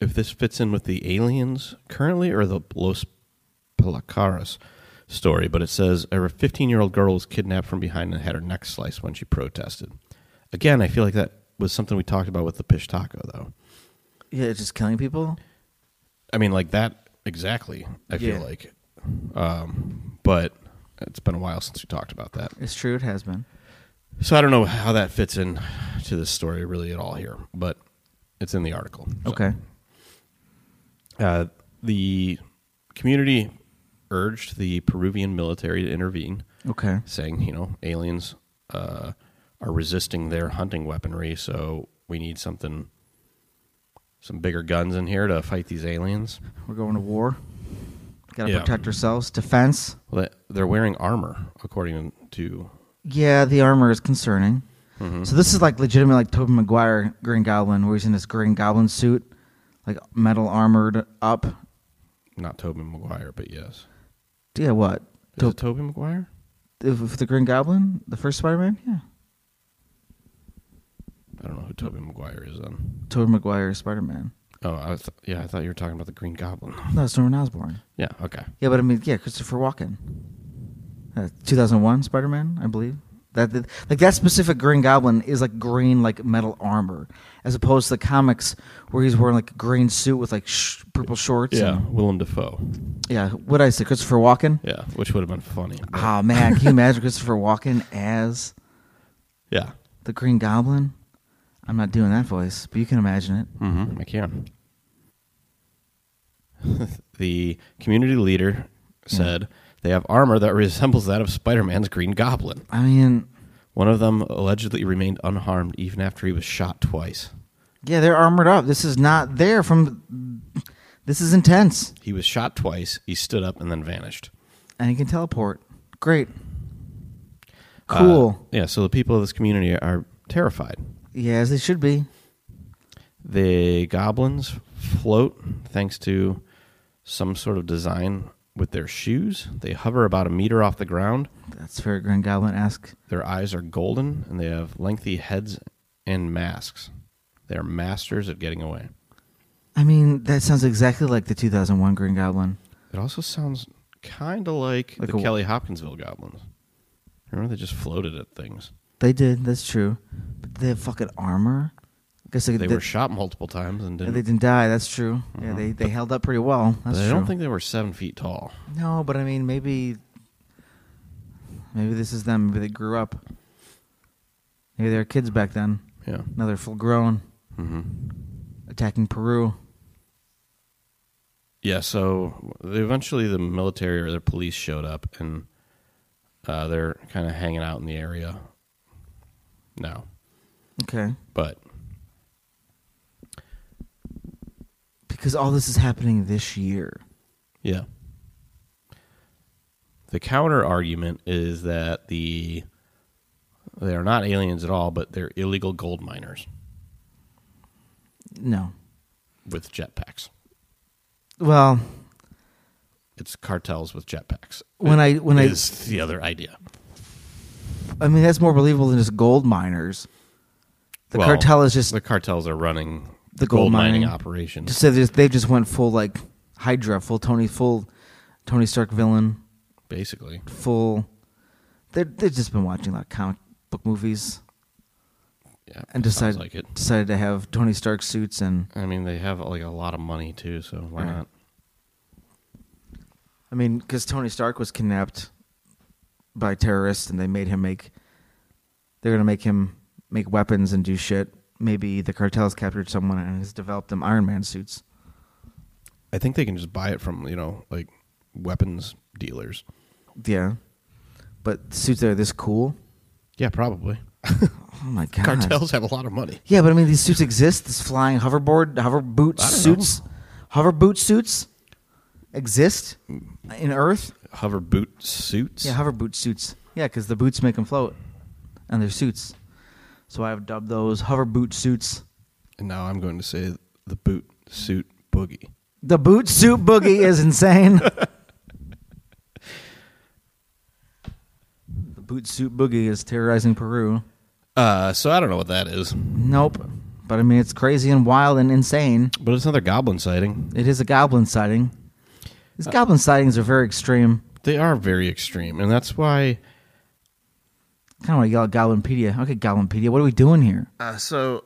[SPEAKER 2] if this fits in with the aliens currently or the Los Pelicaras story, but it says a 15-year-old girl was kidnapped from behind and had her neck sliced when she protested. Again, I feel like that was something we talked about with the pish taco, though.
[SPEAKER 1] Yeah, it's just killing people.
[SPEAKER 2] I mean, like that exactly. I
[SPEAKER 1] Yeah.
[SPEAKER 2] feel like, um, but it's been a while since we talked about that,
[SPEAKER 1] It's true. It has been.
[SPEAKER 2] so I don't know how that fits in to this story really at all here, but it's in the article. so.
[SPEAKER 1] Okay.
[SPEAKER 2] Uh, the community urged the Peruvian military to intervene,
[SPEAKER 1] Okay.
[SPEAKER 2] saying, you know, aliens uh, are resisting their hunting weaponry, so we need something, some bigger guns in here to fight these aliens.
[SPEAKER 1] We're going to war. Got to
[SPEAKER 2] Yeah.
[SPEAKER 1] protect ourselves. Defense.
[SPEAKER 2] Well, that- They're wearing armor, according to.
[SPEAKER 1] Yeah, the armor is concerning.
[SPEAKER 2] Mhm.
[SPEAKER 1] So this is like legitimate, like Tobey Maguire Green Goblin, where he's in this Green Goblin suit, like metal armored up.
[SPEAKER 2] Not Toby Maguire, but yes.
[SPEAKER 1] Yeah, what?
[SPEAKER 2] Is
[SPEAKER 1] To-
[SPEAKER 2] it Toby Maguire?
[SPEAKER 1] if, if the Green Goblin, the first Spider-Man, yeah.
[SPEAKER 2] I don't know who Toby Maguire is then.
[SPEAKER 1] Tobey Maguire is Spider-Man.
[SPEAKER 2] Oh, I was, yeah, I thought you were talking about the Green Goblin.
[SPEAKER 1] No, it's Norman Osborn.
[SPEAKER 2] Yeah, okay.
[SPEAKER 1] Yeah, but I mean, yeah, Christopher Walken. Uh, 2001 Spider-Man, I believe. That, that like that specific Green Goblin is like green like metal armor, as opposed to the comics where he's wearing like a green suit with like sh- purple shorts.
[SPEAKER 2] Yeah,
[SPEAKER 1] and-
[SPEAKER 2] Willem Dafoe.
[SPEAKER 1] yeah. What I say, Christopher Walken.
[SPEAKER 2] Yeah, which would have been funny. but-
[SPEAKER 1] Oh man, can you imagine Christopher Walken as
[SPEAKER 2] Yeah.
[SPEAKER 1] the Green Goblin? I'm not doing that voice, but you can imagine it.
[SPEAKER 2] Mm-hmm. I can. the community leader said they have armor that resembles that of Spider-Man's Green Goblin.
[SPEAKER 1] I mean,
[SPEAKER 2] One of them allegedly remained unharmed even after he was shot twice.
[SPEAKER 1] yeah, they're armored up. This is not there from. This is intense,
[SPEAKER 2] He was shot twice. He stood up and then vanished.
[SPEAKER 1] and he can teleport. Great,
[SPEAKER 2] Uh,
[SPEAKER 1] cool.
[SPEAKER 2] yeah. So the people of this community are terrified.
[SPEAKER 1] yeah, as they should be.
[SPEAKER 2] The goblins float thanks to some sort of design with their shoes. They hover about a meter off the ground.
[SPEAKER 1] That's very Green Goblin esque.
[SPEAKER 2] Their eyes are golden and they have lengthy heads and masks. They are masters of getting away.
[SPEAKER 1] I mean, that sounds exactly like the 2001 Green Goblin.
[SPEAKER 2] It also sounds kind of like,
[SPEAKER 1] Like
[SPEAKER 2] the
[SPEAKER 1] a-
[SPEAKER 2] Kelly Hopkinsville goblins. Remember, they just floated at things.
[SPEAKER 1] They did. That's true. But they have fucking armor. I guess they,
[SPEAKER 2] They
[SPEAKER 1] they-
[SPEAKER 2] were shot multiple times and
[SPEAKER 1] they
[SPEAKER 2] didn't.
[SPEAKER 1] didn't die. That's true. Yeah, they, they held up pretty well.
[SPEAKER 2] but
[SPEAKER 1] That's
[SPEAKER 2] I
[SPEAKER 1] true.
[SPEAKER 2] don't think they were seven feet tall.
[SPEAKER 1] No, but I mean, maybe, maybe this is them. Maybe they grew up. Maybe they were kids back then.
[SPEAKER 2] Yeah.
[SPEAKER 1] Now they're full grown,
[SPEAKER 2] hmm
[SPEAKER 1] attacking Peru.
[SPEAKER 2] Yeah, so they- eventually the military or the police showed up and uh, they're kind of hanging out in the area now.
[SPEAKER 1] Okay,
[SPEAKER 2] But
[SPEAKER 1] because all this is happening this year.
[SPEAKER 2] yeah. The counter argument is that the they are not aliens at all, but they're illegal gold miners
[SPEAKER 1] No,
[SPEAKER 2] with jetpacks.
[SPEAKER 1] well,
[SPEAKER 2] It's cartels with jetpacks.
[SPEAKER 1] when I when I
[SPEAKER 2] is the other idea.
[SPEAKER 1] I mean, that's more believable than just gold miners. The
[SPEAKER 2] Well,
[SPEAKER 1] cartel is just
[SPEAKER 2] The cartels are running
[SPEAKER 1] The gold
[SPEAKER 2] mining,
[SPEAKER 1] mining.
[SPEAKER 2] operations.
[SPEAKER 1] just so they just, they just went full like Hydra, full Tony, full Tony Stark villain,
[SPEAKER 2] basically.
[SPEAKER 1] full. They're, they've just been watching a lot of comic book movies
[SPEAKER 2] Yeah.
[SPEAKER 1] and
[SPEAKER 2] it sounds
[SPEAKER 1] decided
[SPEAKER 2] like it.
[SPEAKER 1] decided to have Tony Stark suits and
[SPEAKER 2] I mean, they have like a lot of money too, so why
[SPEAKER 1] Right.
[SPEAKER 2] not?
[SPEAKER 1] I mean because Tony Stark was kidnapped by terrorists and they made him make they're gonna make him make weapons and do shit. Maybe the cartel's captured someone and has developed them Iron Man suits.
[SPEAKER 2] I think they can just buy it from you know like weapons dealers.
[SPEAKER 1] Yeah, but suits that are this cool.
[SPEAKER 2] Yeah, probably.
[SPEAKER 1] Oh my god!
[SPEAKER 2] Cartels have a lot of money.
[SPEAKER 1] Yeah, but I mean, these suits exist. These flying hoverboard, hover boot
[SPEAKER 2] I don't
[SPEAKER 1] suits, hover boot suits exist in Earth.
[SPEAKER 2] Hover boot suits.
[SPEAKER 1] Yeah, hover boot suits. Yeah, because the boots make them float, and they're suits. So I've dubbed those hover boot suits.
[SPEAKER 2] and now I'm going to say the boot suit boogie.
[SPEAKER 1] The boot suit boogie is insane. the boot suit boogie is terrorizing Peru.
[SPEAKER 2] Uh, so I don't know what that is,
[SPEAKER 1] Nope. But I mean, it's crazy and wild and insane.
[SPEAKER 2] but it's another goblin sighting.
[SPEAKER 1] It is a goblin sighting.
[SPEAKER 2] Uh,
[SPEAKER 1] These goblin sightings are very extreme.
[SPEAKER 2] They are very extreme, and that's why.
[SPEAKER 1] Kind of want to yell at Goblinpedia. Okay, Goblinpedia, what are we doing here?
[SPEAKER 2] Uh, so,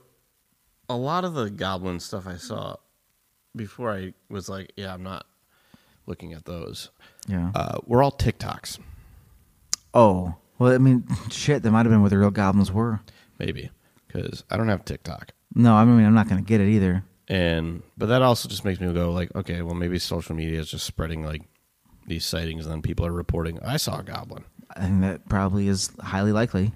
[SPEAKER 2] a lot of the goblin stuff I saw before I was like, yeah, I'm not looking at those.
[SPEAKER 1] Yeah.
[SPEAKER 2] Uh, we're all TikToks.
[SPEAKER 1] oh, well, I mean, shit, that might have been where the real goblins were.
[SPEAKER 2] maybe because I don't have TikTok.
[SPEAKER 1] No, I mean, I'm not going to get it either.
[SPEAKER 2] And but that also just makes me go like, okay, well maybe social media is just spreading like these sightings, and then people are reporting I saw a goblin,
[SPEAKER 1] I think that probably is highly likely.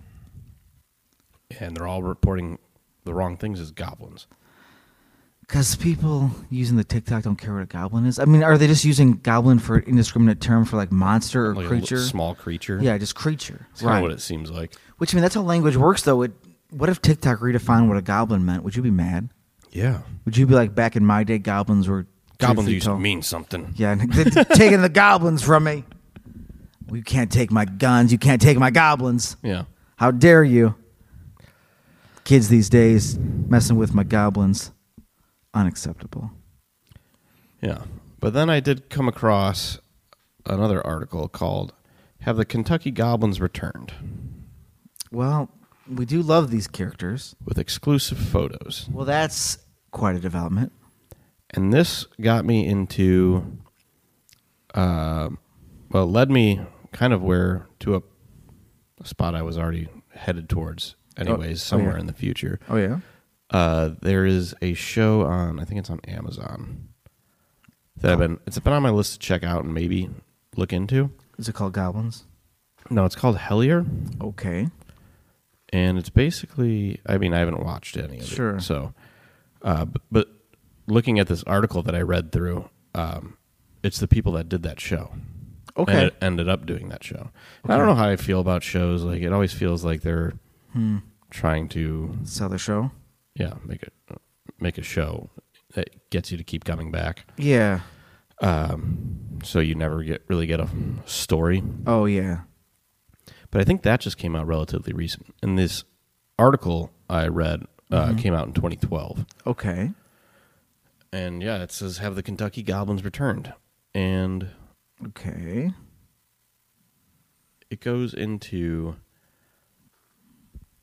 [SPEAKER 2] and they're all reporting the wrong things as goblins.
[SPEAKER 1] Because people using the TikTok don't care what a goblin is. I mean, are they just using goblin for an indiscriminate term for like monster or
[SPEAKER 2] Like a li-
[SPEAKER 1] creature?
[SPEAKER 2] small creature.
[SPEAKER 1] Yeah, just creature.
[SPEAKER 2] it's kind of what it seems like.
[SPEAKER 1] Which, I mean, that's how language works, though. It, what if TikTok redefined what a goblin meant? Would you be mad?
[SPEAKER 2] Yeah,
[SPEAKER 1] Would you be like back in my day? Goblins were two
[SPEAKER 2] goblins
[SPEAKER 1] feet
[SPEAKER 2] used
[SPEAKER 1] tall?
[SPEAKER 2] to mean something.
[SPEAKER 1] Yeah, and they're taking the goblins from me. Well, you can't take my guns. You can't take my goblins.
[SPEAKER 2] Yeah,
[SPEAKER 1] How dare you? Kids these days messing with my goblins. unacceptable.
[SPEAKER 2] Yeah. But then I did come across another article called Have the Kentucky Goblins Returned
[SPEAKER 1] Well, we do love these characters.
[SPEAKER 2] with exclusive photos.
[SPEAKER 1] Well, that's quite a development.
[SPEAKER 2] And this got me into, uh, well, led me kind of where to a, a spot I was already headed towards, anyways,
[SPEAKER 1] oh, yeah.
[SPEAKER 2] somewhere in the future.
[SPEAKER 1] Oh yeah.
[SPEAKER 2] Uh, there is a show on, I think it's on Amazon that I've been, it's been on my list to check out and maybe look into.
[SPEAKER 1] Is it called Goblins?
[SPEAKER 2] No, it's called Hellier.
[SPEAKER 1] Okay.
[SPEAKER 2] and it's basically i mean i haven't watched any of
[SPEAKER 1] Sure.
[SPEAKER 2] it so uh, but, but looking at this article that i read through um, it's the people that did that show
[SPEAKER 1] Okay.
[SPEAKER 2] and it ended up doing that show i don't know how i feel about shows like it always feels like they're
[SPEAKER 1] Hmm.
[SPEAKER 2] trying to
[SPEAKER 1] Sell the show.
[SPEAKER 2] yeah make a make a show that gets you to keep coming back
[SPEAKER 1] Yeah.
[SPEAKER 2] um, so you never get really get a story
[SPEAKER 1] Oh yeah.
[SPEAKER 2] But I think that just came out relatively recent. And this article I read uh, came out in 2012.
[SPEAKER 1] Okay.
[SPEAKER 2] And yeah, it says have the Kentucky Goblins returned, and
[SPEAKER 1] Okay.
[SPEAKER 2] it goes into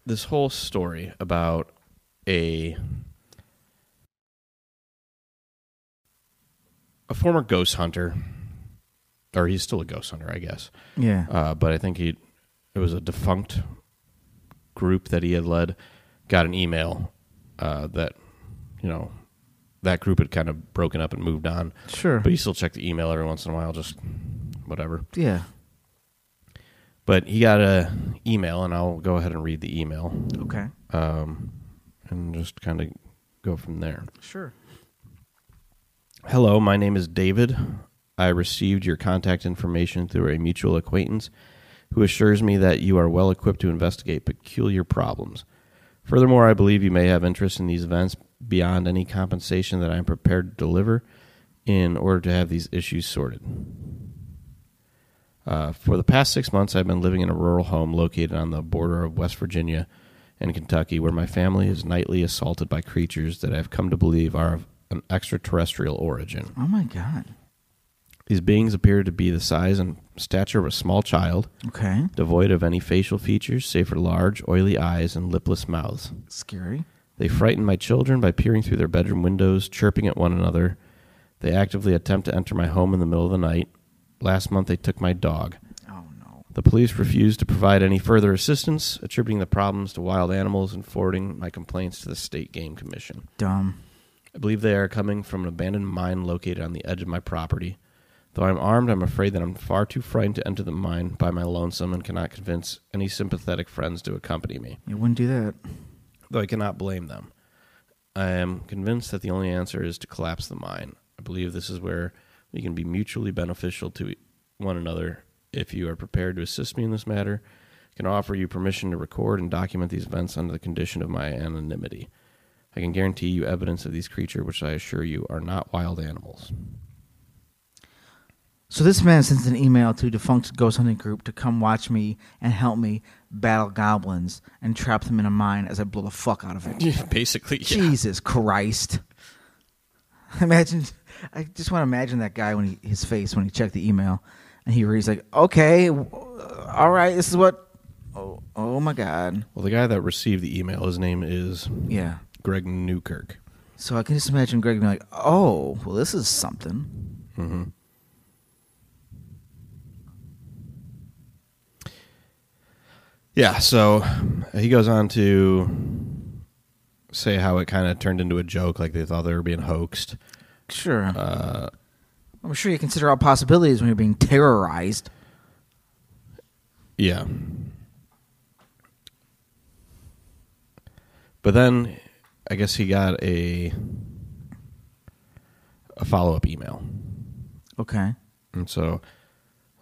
[SPEAKER 2] this whole story about a a former ghost hunter, or he's still a ghost hunter, I guess.
[SPEAKER 1] Yeah.
[SPEAKER 2] uh, but I think he it was a defunct group that he had led got an email uh, that you know that group had kind of broken up and moved on,
[SPEAKER 1] sure.
[SPEAKER 2] but he still checked the email every once in a while, just whatever.
[SPEAKER 1] yeah.
[SPEAKER 2] But he got a email, and I'll go ahead and read the email
[SPEAKER 1] Okay.
[SPEAKER 2] um, and just kind of go from there.
[SPEAKER 1] Sure.
[SPEAKER 2] Hello, my name is David. I received your contact information through a mutual acquaintance who assures me that you are well equipped to investigate peculiar problems. Furthermore, I believe you may have interest in these events beyond any compensation that I am prepared to deliver in order to have these issues sorted. Uh, for the past six months, I've been living in a rural home located on the border of West Virginia and Kentucky, where my family is nightly assaulted by creatures that I've come to believe are of an extraterrestrial origin.
[SPEAKER 1] Oh my god.
[SPEAKER 2] These beings appear to be the size and stature of a small child,
[SPEAKER 1] Okay.
[SPEAKER 2] devoid of any facial features save for large, oily eyes and lipless mouths.
[SPEAKER 1] Scary.
[SPEAKER 2] They frighten my children by peering through their bedroom windows, chirping at one another. They actively attempt to enter my home in the middle of the night. Last month, they took my dog.
[SPEAKER 1] Oh no.
[SPEAKER 2] The police refused to provide any further assistance, attributing the problems to wild animals and forwarding my complaints to the State Game Commission.
[SPEAKER 1] Dumb.
[SPEAKER 2] I believe they are coming from an abandoned mine located on the edge of my property. Though I'm armed, I'm afraid that I'm far too frightened to enter the mine by my lonesome and cannot convince any sympathetic friends to accompany me,
[SPEAKER 1] You wouldn't do that.
[SPEAKER 2] though I cannot blame them. I am convinced that the only answer is to collapse the mine. I believe this is where we can be mutually beneficial to one another. If you are prepared to assist me in this matter, I can offer you permission to record and document these events under the condition of my anonymity. I can guarantee you evidence of these creatures, which I assure you are not wild animals.
[SPEAKER 1] So this man sends an email to defunct ghost hunting group to come watch me and help me battle goblins and trap them in a mine as I blow the fuck out of it.
[SPEAKER 2] Basically,
[SPEAKER 1] Jesus Christ! Imagine, I just want to imagine that guy when he, his face when he checked the email, and he reads like, "Okay, w- all right, this is what." Oh, oh my God!
[SPEAKER 2] Well, the guy that received the email, his name is
[SPEAKER 1] Yeah.
[SPEAKER 2] Greg Newkirk.
[SPEAKER 1] So I can just imagine Greg being like, "Oh, well, this is something."
[SPEAKER 2] Mm-hmm. Yeah, so he goes on to say how it kind of turned into a joke, like they thought they were being hoaxed.
[SPEAKER 1] Sure.
[SPEAKER 2] Uh,
[SPEAKER 1] I'm sure you consider all possibilities when you're being terrorized.
[SPEAKER 2] Yeah. But then I guess he got a a follow-up email.
[SPEAKER 1] Okay.
[SPEAKER 2] And so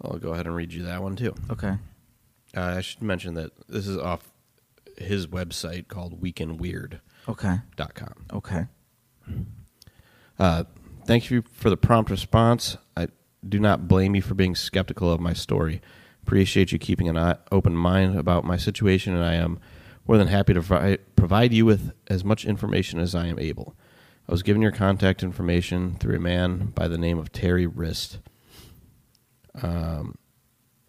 [SPEAKER 2] I'll go ahead and read you that one too.
[SPEAKER 1] Okay.
[SPEAKER 2] Uh, I should mention that this is off his website called weekendweird.com.
[SPEAKER 1] Okay. Okay.
[SPEAKER 2] Uh, thank you for the prompt response. I do not blame you for being skeptical of my story. Appreciate you keeping an eye, open mind about my situation, and I am more than happy to provi- provide you with as much information as I am able. I was given your contact information through a man by the name of Terry Rist. Um,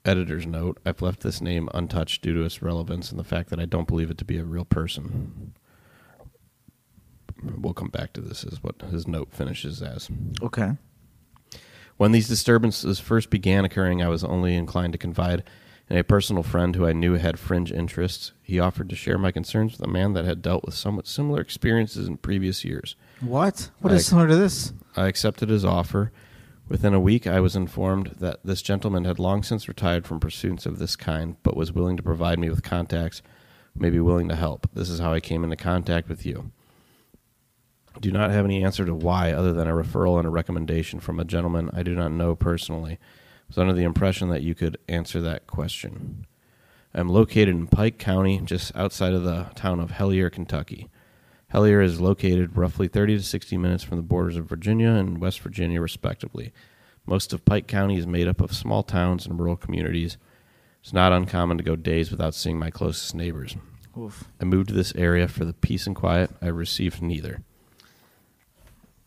[SPEAKER 2] editor's note: I've left this name untouched due to its relevance and the fact that I don't believe it to be a real person. We'll come back to this. Is what his note finishes as.
[SPEAKER 1] Okay.
[SPEAKER 2] When these disturbances first began occurring, I was only inclined to confide in a personal friend who I knew had fringe interests. He offered to share my concerns with a man that had dealt with somewhat similar experiences in previous years.
[SPEAKER 1] What? What is
[SPEAKER 2] Like-
[SPEAKER 1] similar to this?
[SPEAKER 2] I accepted his offer. Within a week, I was informed that this gentleman had long since retired from pursuits of this kind, but was willing to provide me with contacts, maybe willing to help. This is how I came into contact with you. Do not have any answer to why, other than a referral and a recommendation from a gentleman I do not know personally. I was under the impression that you could answer that question. I'm located in Pike County, just outside of the town of Hellier, Kentucky. Hellier is located roughly 30 to 60 minutes from the borders of Virginia and West Virginia, respectively. Most of Pike County is made up of small towns and rural communities. It's not uncommon to go days without seeing my closest neighbors.
[SPEAKER 1] Oof.
[SPEAKER 2] I moved to this area for the peace and quiet. I received neither.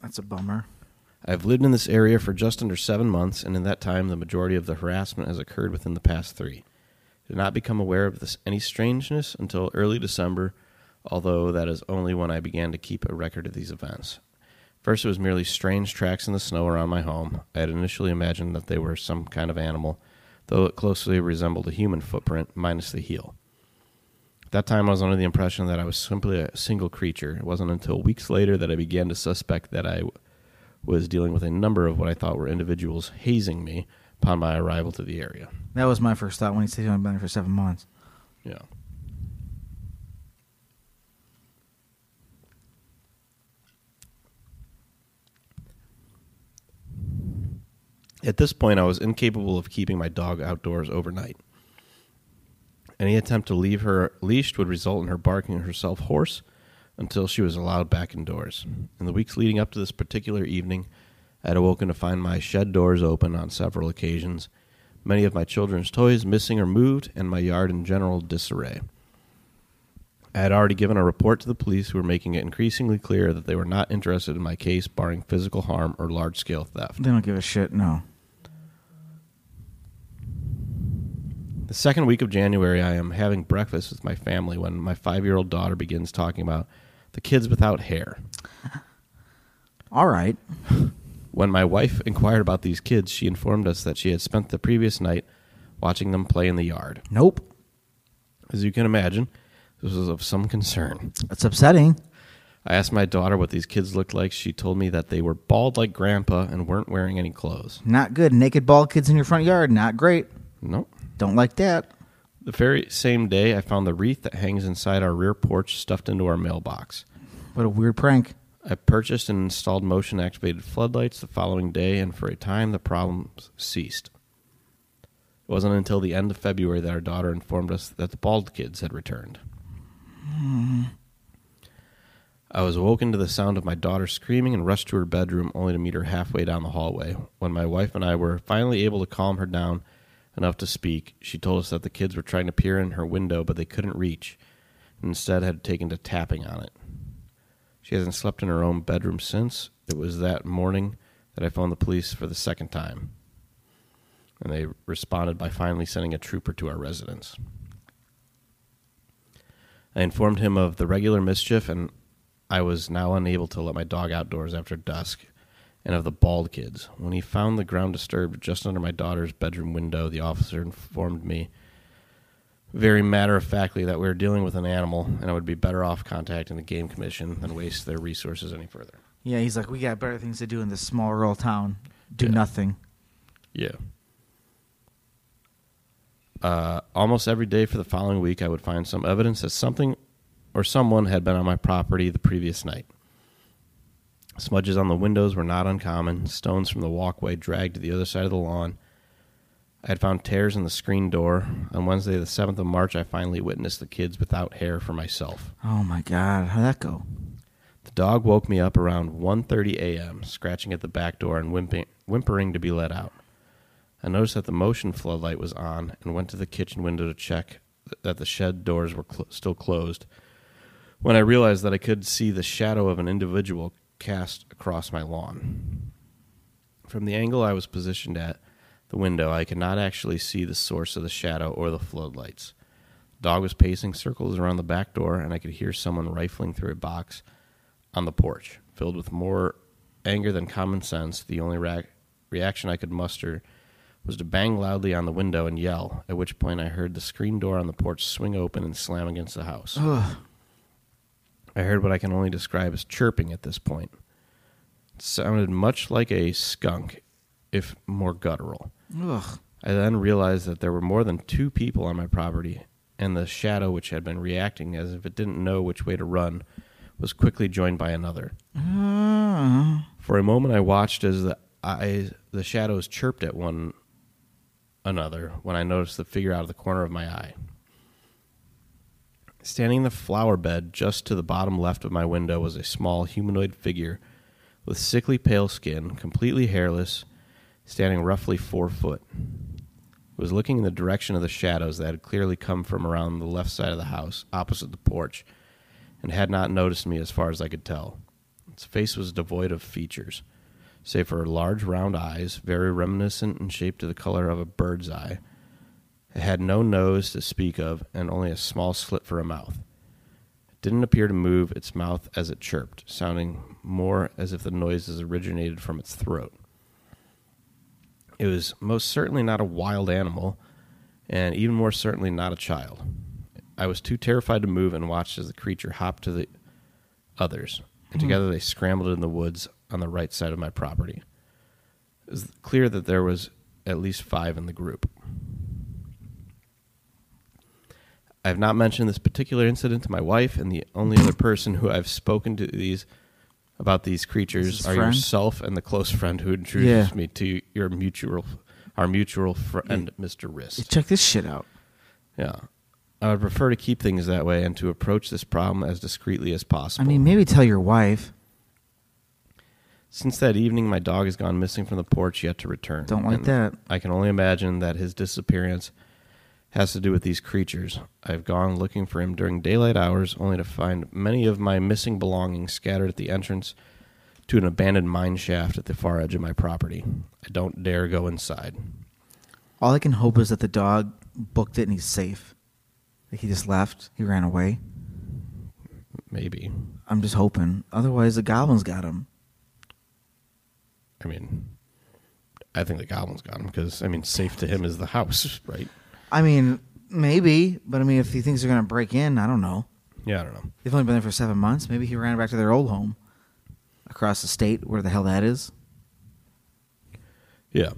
[SPEAKER 1] That's a bummer.
[SPEAKER 2] I've lived in this area for just under seven months, and in that time, the majority of the harassment has occurred within the past three. Did not become aware of this any strangeness until early December, although that is only when I began to keep a record of these events. First, it was merely strange tracks in the snow around my home. I had initially imagined that they were some kind of animal, though it closely resembled a human footprint, minus the heel. At that time, I was under the impression that I was simply a single creature. It wasn't until weeks later that I began to suspect that I w- was dealing with a number of what I thought were individuals hazing me upon my arrival to the area.
[SPEAKER 1] That was my first thought when he said he'd only been there for seven months.
[SPEAKER 2] Yeah. At this point, I was incapable of keeping my dog outdoors overnight. Any attempt to leave her leashed would result in her barking herself hoarse until she was allowed back indoors. In the weeks leading up to this particular evening, I had awoken to find my shed doors open on several occasions, many of my children's toys missing or moved, and my yard in general disarray. I had already given a report to the police, who were making it increasingly clear that they were not interested in my case, barring physical harm or large scale theft.
[SPEAKER 1] They don't give a shit. No.
[SPEAKER 2] The second week of January, I am having breakfast with my family when my five year old daughter begins talking about the kids without hair.
[SPEAKER 1] All right.
[SPEAKER 2] When my wife inquired about these kids, she informed us that she had spent the previous night watching them play in the yard.
[SPEAKER 1] Nope.
[SPEAKER 2] As you can imagine, this was of some concern.
[SPEAKER 1] That's upsetting.
[SPEAKER 2] I asked my daughter what these kids looked like. She told me that they were bald like grandpa and weren't wearing any clothes.
[SPEAKER 1] Not good. Naked bald kids in your front yard. Not great.
[SPEAKER 2] Nope.
[SPEAKER 1] Don't like that.
[SPEAKER 2] The very same day, I found the wreath that hangs inside our rear porch stuffed into our mailbox.
[SPEAKER 1] What a weird prank.
[SPEAKER 2] I purchased and installed motion activated floodlights the following day, and for a time the problems ceased. It wasn't until the end of February that our daughter informed us that the bald kids had returned. I was awoken to the sound of my daughter screaming and rushed to her bedroom only to meet her halfway down the hallway. When my wife and I were finally able to calm her down enough to speak, she told us that the kids were trying to peer in her window but they couldn't reach and instead had taken to tapping on it. She hasn't slept in her own bedroom since. It was that morning that I phoned the police for the second time. And they responded by finally sending a trooper to our residence. I informed him of the regular mischief, and I was now unable to let my dog outdoors after dusk, and of the bald kids. When he found the ground disturbed just under my daughter's bedroom window, the officer informed me very matter of factly that we were dealing with an animal and I would be better off contacting the game commission than waste their resources any further.
[SPEAKER 1] Yeah, he's like, we got better things to do in this small rural town. Do
[SPEAKER 2] Yeah.
[SPEAKER 1] nothing.
[SPEAKER 2] Yeah. Uh, almost every day for the following week, I would find some evidence that something or someone had been on my property the previous night. Smudges on the windows were not uncommon, stones from the walkway dragged to the other side of the lawn. I had found tears in the screen door. On Wednesday, the 7th of March, I finally witnessed the kids without hair for myself.
[SPEAKER 1] Oh my God. How'd that go?
[SPEAKER 2] The dog woke me up around 1:30 a.m., scratching at the back door and whimpering, whimpering to be let out. I noticed that the motion floodlight was on and went to the kitchen window to check th- that the shed doors were cl- still closed. When I realized that I could see the shadow of an individual cast across my lawn. From the angle I was positioned at the window, I could not actually see the source of the shadow or the floodlights. The dog was pacing circles around the back door, and I could hear someone rifling through a box on the porch. Filled with more anger than common sense, the only ra- reaction I could muster was to bang loudly on the window and yell, at which point I heard the screen door on the porch swing open and slam against the house. I heard what I can only describe as chirping at this point. It sounded much like a skunk, if more guttural.
[SPEAKER 1] Ugh.
[SPEAKER 2] I then realized that there were more than two people on my property, and the shadow, which had been reacting as if it didn't know which way to run, was quickly joined by another.
[SPEAKER 1] Uh,
[SPEAKER 2] For a moment, I watched as the eyes, the shadows chirped at one another when I noticed the figure out of the corner of my eye. Standing in the flower bed just to the bottom left of my window was a small humanoid figure with sickly pale skin, completely hairless, standing roughly four foot. It was looking in the direction of the shadows that had clearly come from around the left side of the house, opposite the porch, and had not noticed me as far as I could tell. Its face was devoid of features, save for large round eyes, very reminiscent in shape to the color of a bird's eye. It had no nose to speak of, and only a small slit for a mouth. It didn't appear to move its mouth as it chirped, sounding more as if the noises originated from its throat. It was most certainly not a wild animal, and even more certainly not a child. I was too terrified to move and watched as the creature hopped to the others, and
[SPEAKER 1] Mm-hmm.
[SPEAKER 2] together they scrambled in the woods on the right side of my property. It was clear that there was at least five in the group. I have not mentioned this particular incident to my wife, and the only other person who I've spoken to these about these creatures
[SPEAKER 1] His
[SPEAKER 2] are
[SPEAKER 1] friend?
[SPEAKER 2] yourself and the close friend who introduced
[SPEAKER 1] Yeah.
[SPEAKER 2] me to your mutual, our mutual
[SPEAKER 1] Mm.
[SPEAKER 2] friend, Mister Rist.
[SPEAKER 1] Check this shit out.
[SPEAKER 2] Yeah. I would prefer to keep things that way and to approach this problem as discreetly as
[SPEAKER 1] I
[SPEAKER 2] possible.
[SPEAKER 1] mean, maybe tell your wife.
[SPEAKER 2] Since that evening, my dog has gone missing from the porch, yet to return.
[SPEAKER 1] Don't like
[SPEAKER 2] And
[SPEAKER 1] that.
[SPEAKER 2] I can only imagine that his disappearance has to do with these creatures. I've gone looking for him during daylight hours, only to find many of my missing belongings scattered at the entrance to an abandoned mine shaft at the far edge of my property. I don't dare go inside.
[SPEAKER 1] All I can hope is that the dog booked it and he's safe. Like he just left. He ran away.
[SPEAKER 2] Maybe.
[SPEAKER 1] I'm just hoping. Otherwise, the goblins got him.
[SPEAKER 2] I mean, I think the goblins got him because I mean, safe to him is the house, right?
[SPEAKER 1] I mean, maybe, but I mean, if he thinks they're gonna break in, I don't know.
[SPEAKER 2] Yeah, I don't know.
[SPEAKER 1] They've only been there for seven months. Maybe he ran back to their old home across the state, where the hell that is.
[SPEAKER 2] Yeah.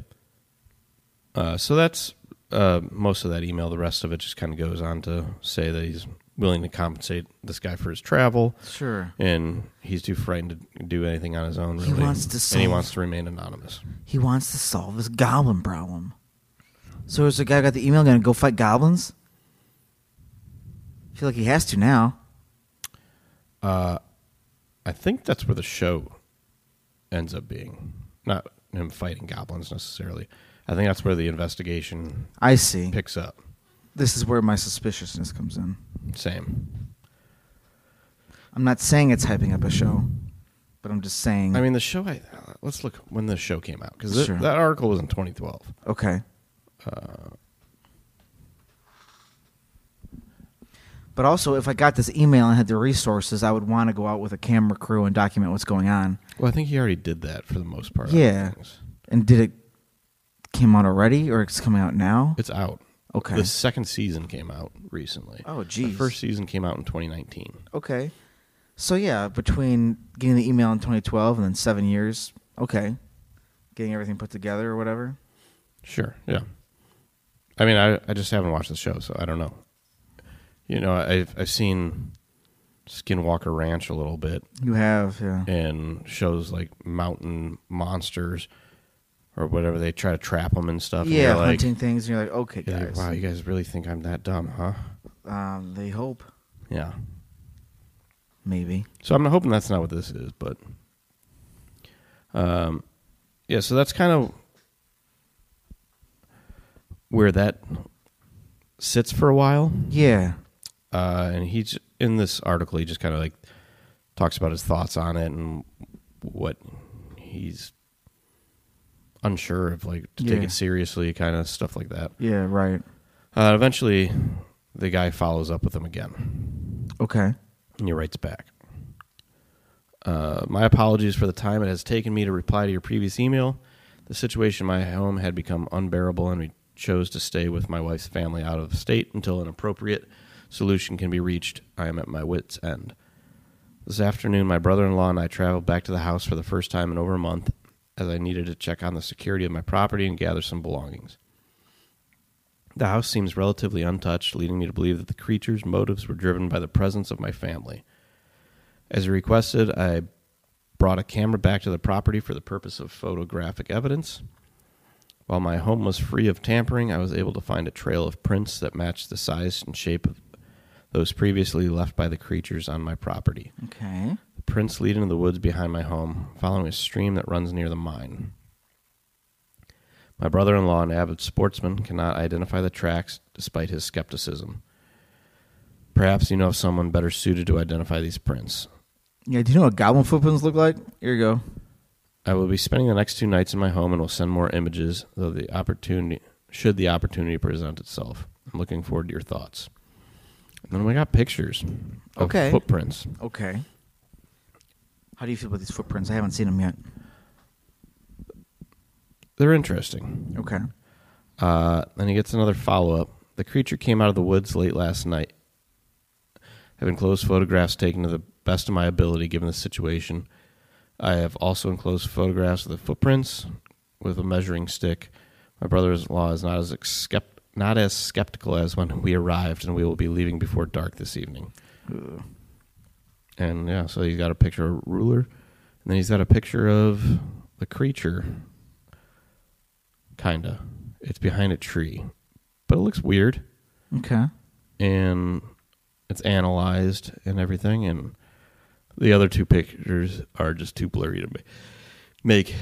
[SPEAKER 2] Uh, so that's uh, most of that email. The rest of it just kind of goes on to say that he's willing to compensate this guy for his travel,
[SPEAKER 1] Sure.
[SPEAKER 2] and he's too frightened to do anything on his own.
[SPEAKER 1] He
[SPEAKER 2] Really,
[SPEAKER 1] wants to
[SPEAKER 2] and he
[SPEAKER 1] solve-
[SPEAKER 2] wants to remain anonymous.
[SPEAKER 1] He wants to solve this goblin problem. So is the guy who got the email gonna go fight goblins? I feel like he has to now.
[SPEAKER 2] I think that's where the show ends up being. Not him fighting goblins necessarily. I think that's where the investigation
[SPEAKER 1] I see.
[SPEAKER 2] picks up.
[SPEAKER 1] This is where my suspiciousness comes in.
[SPEAKER 2] Same.
[SPEAKER 1] I'm not saying it's hyping up a show, but I'm just saying.
[SPEAKER 2] I mean, the show. I, let's look when the show came out because
[SPEAKER 1] Mm. Sure.
[SPEAKER 2] that article was in 2012.
[SPEAKER 1] okay.
[SPEAKER 2] uh,
[SPEAKER 1] but also, if I got this email and had the resources, I would want to go out with a camera crew and document what's going on.
[SPEAKER 2] Well, I think he already did that for the most part.
[SPEAKER 1] Yeah.
[SPEAKER 2] Things.
[SPEAKER 1] And did it came out already, or it's coming out now?
[SPEAKER 2] it's out.
[SPEAKER 1] Okay.
[SPEAKER 2] The second season came out recently.
[SPEAKER 1] Oh,
[SPEAKER 2] The
[SPEAKER 1] geez.
[SPEAKER 2] first season came out in 2019.
[SPEAKER 1] Okay. So yeah, between getting the email in 2012 and then seven years, okay, getting everything put together or whatever.
[SPEAKER 2] Sure. Yeah. I mean, I, I just haven't watched the show, so I don't know. You know, I've I've seen Skinwalker Ranch a little bit
[SPEAKER 1] You have, yeah.
[SPEAKER 2] and shows like mountain monsters or whatever they try to trap them and stuff. and
[SPEAKER 1] yeah,
[SPEAKER 2] you're like,
[SPEAKER 1] hunting things, and you're like, okay,
[SPEAKER 2] you're like,
[SPEAKER 1] guys.
[SPEAKER 2] wow, you guys really think I'm that dumb, huh?
[SPEAKER 1] Um, they hope,
[SPEAKER 2] Yeah.
[SPEAKER 1] maybe.
[SPEAKER 2] So I'm hoping that's not what this is, but um, yeah. So that's kind of where that sits for a while,
[SPEAKER 1] Yeah.
[SPEAKER 2] uh, and he's in this article. He just kind of like talks about his thoughts on it and what he's unsure of, like to
[SPEAKER 1] Yeah.
[SPEAKER 2] take it seriously, kind of stuff like that.
[SPEAKER 1] Yeah, right.
[SPEAKER 2] Uh, eventually, the guy follows up with him again,
[SPEAKER 1] Okay.
[SPEAKER 2] and he writes back. Uh, my apologies for the time it has taken me to reply to your previous email. The situation in my home had become unbearable, and we chose to stay with my wife's family out of state until an appropriate solution can be reached. I am at my wits' end. This afternoon, my brother in law and I traveled back to the house for the first time in over a month as I needed to check on the security of my property and gather some belongings. The house seems relatively untouched, leading me to believe that the creature's motives were driven by the presence of my family. As requested, I brought a camera back to the property for the purpose of photographic evidence. While my home was free of tampering, I was able to find a trail of prints that matched the size and shape of those previously left by the creatures on my property.
[SPEAKER 1] Okay.
[SPEAKER 2] The prints lead into the woods behind my home, following a stream that runs near the mine. My brother in law, an avid sportsman, cannot identify the tracks despite his skepticism. Perhaps you know of someone better suited to identify these prints.
[SPEAKER 1] Yeah, do you know what goblin footprints look like? Here you go.
[SPEAKER 2] I will be spending the next two nights in my home and will send more images, though the opportunity should the opportunity present itself. I'm looking forward to your thoughts. And then we got pictures of
[SPEAKER 1] Okay.
[SPEAKER 2] footprints.
[SPEAKER 1] Okay. How do you feel about these footprints? I haven't seen them yet.
[SPEAKER 2] They're interesting.
[SPEAKER 1] Okay.
[SPEAKER 2] Uh, then he gets another follow up. The creature came out of the woods late last night. Have enclosed photographs taken to the best of my ability given the situation. I have also enclosed photographs of the footprints with a measuring stick. My brother in law is not as skept- not as skeptical as when we arrived, and we will be leaving before dark this evening. And yeah, so he's got a picture of a ruler, and then he's got a picture of the creature. Kinda. It's behind a tree, but it looks weird,
[SPEAKER 1] Okay.
[SPEAKER 2] and it's analyzed and everything. And the other two pictures are just too blurry to ma- make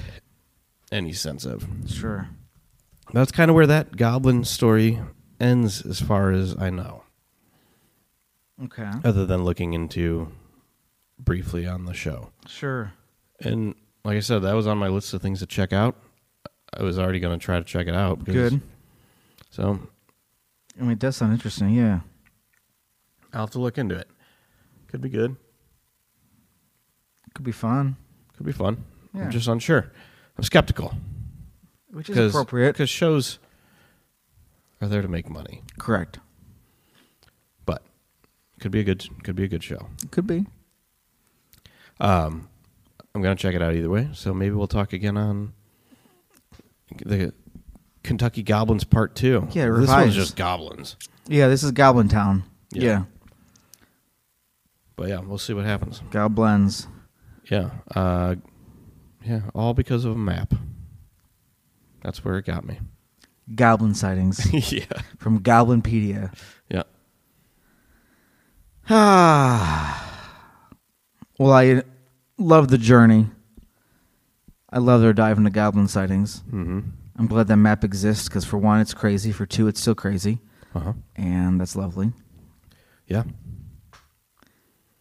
[SPEAKER 2] any sense of.
[SPEAKER 1] Sure.
[SPEAKER 2] That's kind of where that goblin story ends, as far as I know.
[SPEAKER 1] Okay.
[SPEAKER 2] Other than looking into briefly on the show.
[SPEAKER 1] Sure.
[SPEAKER 2] And like I said, that was on my list of things to check out. I was already going to try to check it out. because-
[SPEAKER 1] Good.
[SPEAKER 2] So
[SPEAKER 1] I mean, it does sound interesting. Yeah.
[SPEAKER 2] I'll have to look into it. Could be good.
[SPEAKER 1] Could be fun,
[SPEAKER 2] Could be fun.
[SPEAKER 1] Yeah.
[SPEAKER 2] I'm just unsure. I'm skeptical.
[SPEAKER 1] which is appropriate.
[SPEAKER 2] Because shows are there to make money,
[SPEAKER 1] Correct.
[SPEAKER 2] but could be a good could be a good show.
[SPEAKER 1] Could be.
[SPEAKER 2] Um, I'm gonna check it out either way. So maybe we'll talk again on the Kentucky Goblins Part Two.
[SPEAKER 1] Yeah,
[SPEAKER 2] this one's
[SPEAKER 1] revised.
[SPEAKER 2] just goblins.
[SPEAKER 1] Yeah, this is Goblin Town.
[SPEAKER 2] Yeah.
[SPEAKER 1] yeah.
[SPEAKER 2] But yeah, we'll see what happens.
[SPEAKER 1] Goblins.
[SPEAKER 2] Yeah. Uh, yeah, all because of a map. That's where it got me.
[SPEAKER 1] Goblin sightings
[SPEAKER 2] yeah.
[SPEAKER 1] from Goblinpedia.
[SPEAKER 2] Yeah.
[SPEAKER 1] Ah. well, I love the journey. I love their dive into goblin sightings.
[SPEAKER 2] Mm-hmm.
[SPEAKER 1] I'm glad that map exists because, for one, it's crazy. For two, it's still crazy.
[SPEAKER 2] Uh-huh.
[SPEAKER 1] And that's lovely.
[SPEAKER 2] Yeah.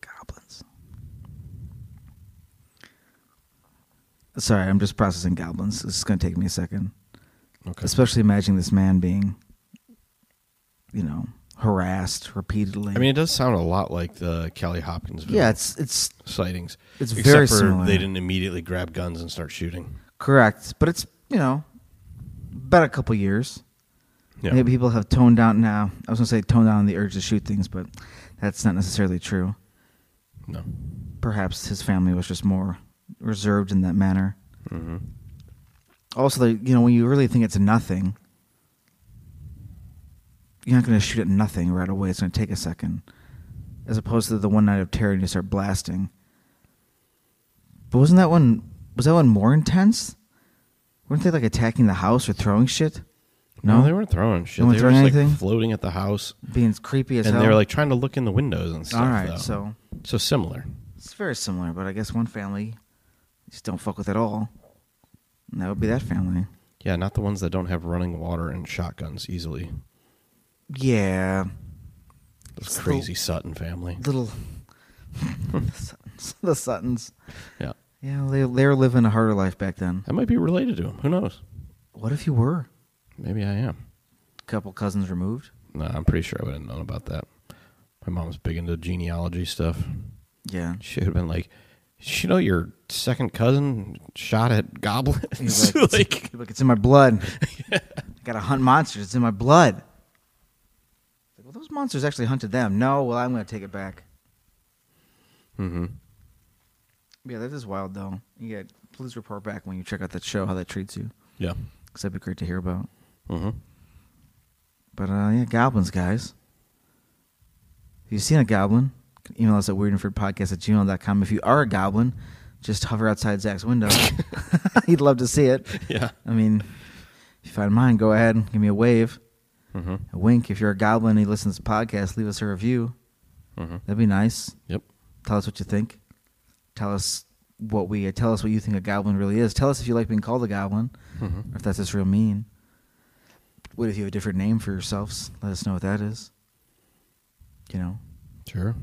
[SPEAKER 1] Goblins. Sorry, I'm just processing goblins. This is going to take me a second.
[SPEAKER 2] Okay.
[SPEAKER 1] Especially imagining this man being, you know, harassed repeatedly.
[SPEAKER 2] I mean, it does sound a lot like the Kelly Hopkins
[SPEAKER 1] yeah, it's it's
[SPEAKER 2] sightings.
[SPEAKER 1] It's
[SPEAKER 2] Except
[SPEAKER 1] very
[SPEAKER 2] for
[SPEAKER 1] similar.
[SPEAKER 2] they didn't immediately grab guns and start shooting.
[SPEAKER 1] Correct, but it's you know, about a couple years.
[SPEAKER 2] Yeah.
[SPEAKER 1] Maybe people have toned down now. I was gonna say toned down the urge to shoot things, but that's not necessarily true.
[SPEAKER 2] No.
[SPEAKER 1] Perhaps his family was just more reserved in that manner.
[SPEAKER 2] Mm-hmm.
[SPEAKER 1] Also, like, you know, when you really think it's nothing, you're not gonna shoot at nothing right away. It's gonna take a second, as opposed to the one night of terror and you start blasting. But wasn't that one? Was that one more intense? Weren't they like attacking the house or throwing shit?
[SPEAKER 2] No, they weren't throwing shit.
[SPEAKER 1] They weren't
[SPEAKER 2] They, were
[SPEAKER 1] throwing
[SPEAKER 2] just
[SPEAKER 1] anything?
[SPEAKER 2] like floating at the house,
[SPEAKER 1] being creepy as
[SPEAKER 2] and
[SPEAKER 1] hell.
[SPEAKER 2] they were like trying to look in the windows and stuff.
[SPEAKER 1] all right,
[SPEAKER 2] though.
[SPEAKER 1] so
[SPEAKER 2] so similar.
[SPEAKER 1] it's very similar, but I guess one family you just don't fuck with at all. And that would be that family.
[SPEAKER 2] Yeah, not the ones that don't have running water and shotguns easily.
[SPEAKER 1] Yeah,
[SPEAKER 2] Those
[SPEAKER 1] It's the-
[SPEAKER 2] crazy Sutton family.
[SPEAKER 1] little the Suttons. The Suttons.
[SPEAKER 2] yeah.
[SPEAKER 1] Yeah, well, they they were living a harder life back then.
[SPEAKER 2] I might be related to him. Who knows?
[SPEAKER 1] What if you were
[SPEAKER 2] Maybe I am.
[SPEAKER 1] a couple cousins removed?
[SPEAKER 2] No, I'm pretty sure I would have known about that. My mom's big into genealogy stuff.
[SPEAKER 1] Yeah.
[SPEAKER 2] She would have been like, "Did you know your second cousin shot at goblins?
[SPEAKER 1] He's like-
[SPEAKER 2] like,
[SPEAKER 1] Look, it's in my blood. I gotta hunt monsters. It's in my blood. It's like, Well, those monsters actually hunted them. No, well, I'm gonna take it back. mm-hmm.
[SPEAKER 2] hmm
[SPEAKER 1] Yeah, that is wild, though. Yeah, please report back when you check out that show how that treats you,
[SPEAKER 2] yeah,
[SPEAKER 1] because that'd be great to hear about.
[SPEAKER 2] hmm
[SPEAKER 1] But uh, yeah, goblins, guys. If you've seen a goblin, you can email us at weirdandfordpodcast at gmail.com. If you are a goblin, just hover outside Zach's window. He'd love to see it.
[SPEAKER 2] yeah,
[SPEAKER 1] I mean, if you find mine, go ahead and give me a wave,
[SPEAKER 2] hmm
[SPEAKER 1] a wink. If you're a goblin and he listens to the podcast, leave us a review.
[SPEAKER 2] hmm
[SPEAKER 1] That'd be nice.
[SPEAKER 2] yep,
[SPEAKER 1] Tell us what you think. Tell us what we tell us what you think a goblin really is. Tell us if you like being called a goblin,
[SPEAKER 2] hmm
[SPEAKER 1] or if that's just real mean. What if you have a different name for yourselves? Let us know what that is. You know,
[SPEAKER 2] sure,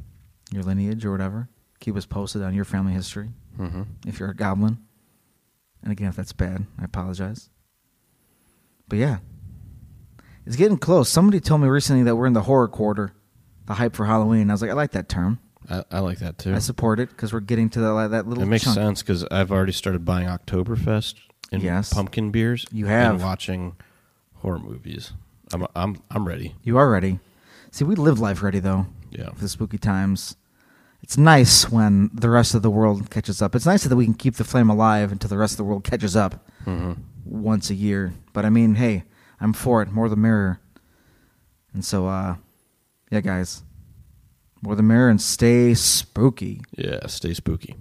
[SPEAKER 1] your lineage or whatever. Keep us posted on your family history
[SPEAKER 2] hmm
[SPEAKER 1] if you're a goblin. And again, if that's bad, I apologize. But yeah, it's getting close. Somebody told me recently that we're in the horror quarter, the hype for Halloween. And I was like, I like that term.
[SPEAKER 2] I, I like that too.
[SPEAKER 1] I support it because we're getting to the, that little
[SPEAKER 2] It makes
[SPEAKER 1] chunk.
[SPEAKER 2] sense because I've already started buying Oktoberfest and
[SPEAKER 1] Yes.
[SPEAKER 2] pumpkin beers.
[SPEAKER 1] You have.
[SPEAKER 2] and watching horror movies. I'm I'm I'm ready.
[SPEAKER 1] You are ready. See, we live life ready though.
[SPEAKER 2] Yeah.
[SPEAKER 1] For the spooky times. It's nice when the rest of the world catches up. It's nice that we can keep the flame alive until the rest of the world catches up
[SPEAKER 2] hmm
[SPEAKER 1] once a year. But I mean, hey, I'm for it. More the mirror. And so, uh, yeah, guys, more the mirror and stay spooky.
[SPEAKER 2] Yeah, stay spooky.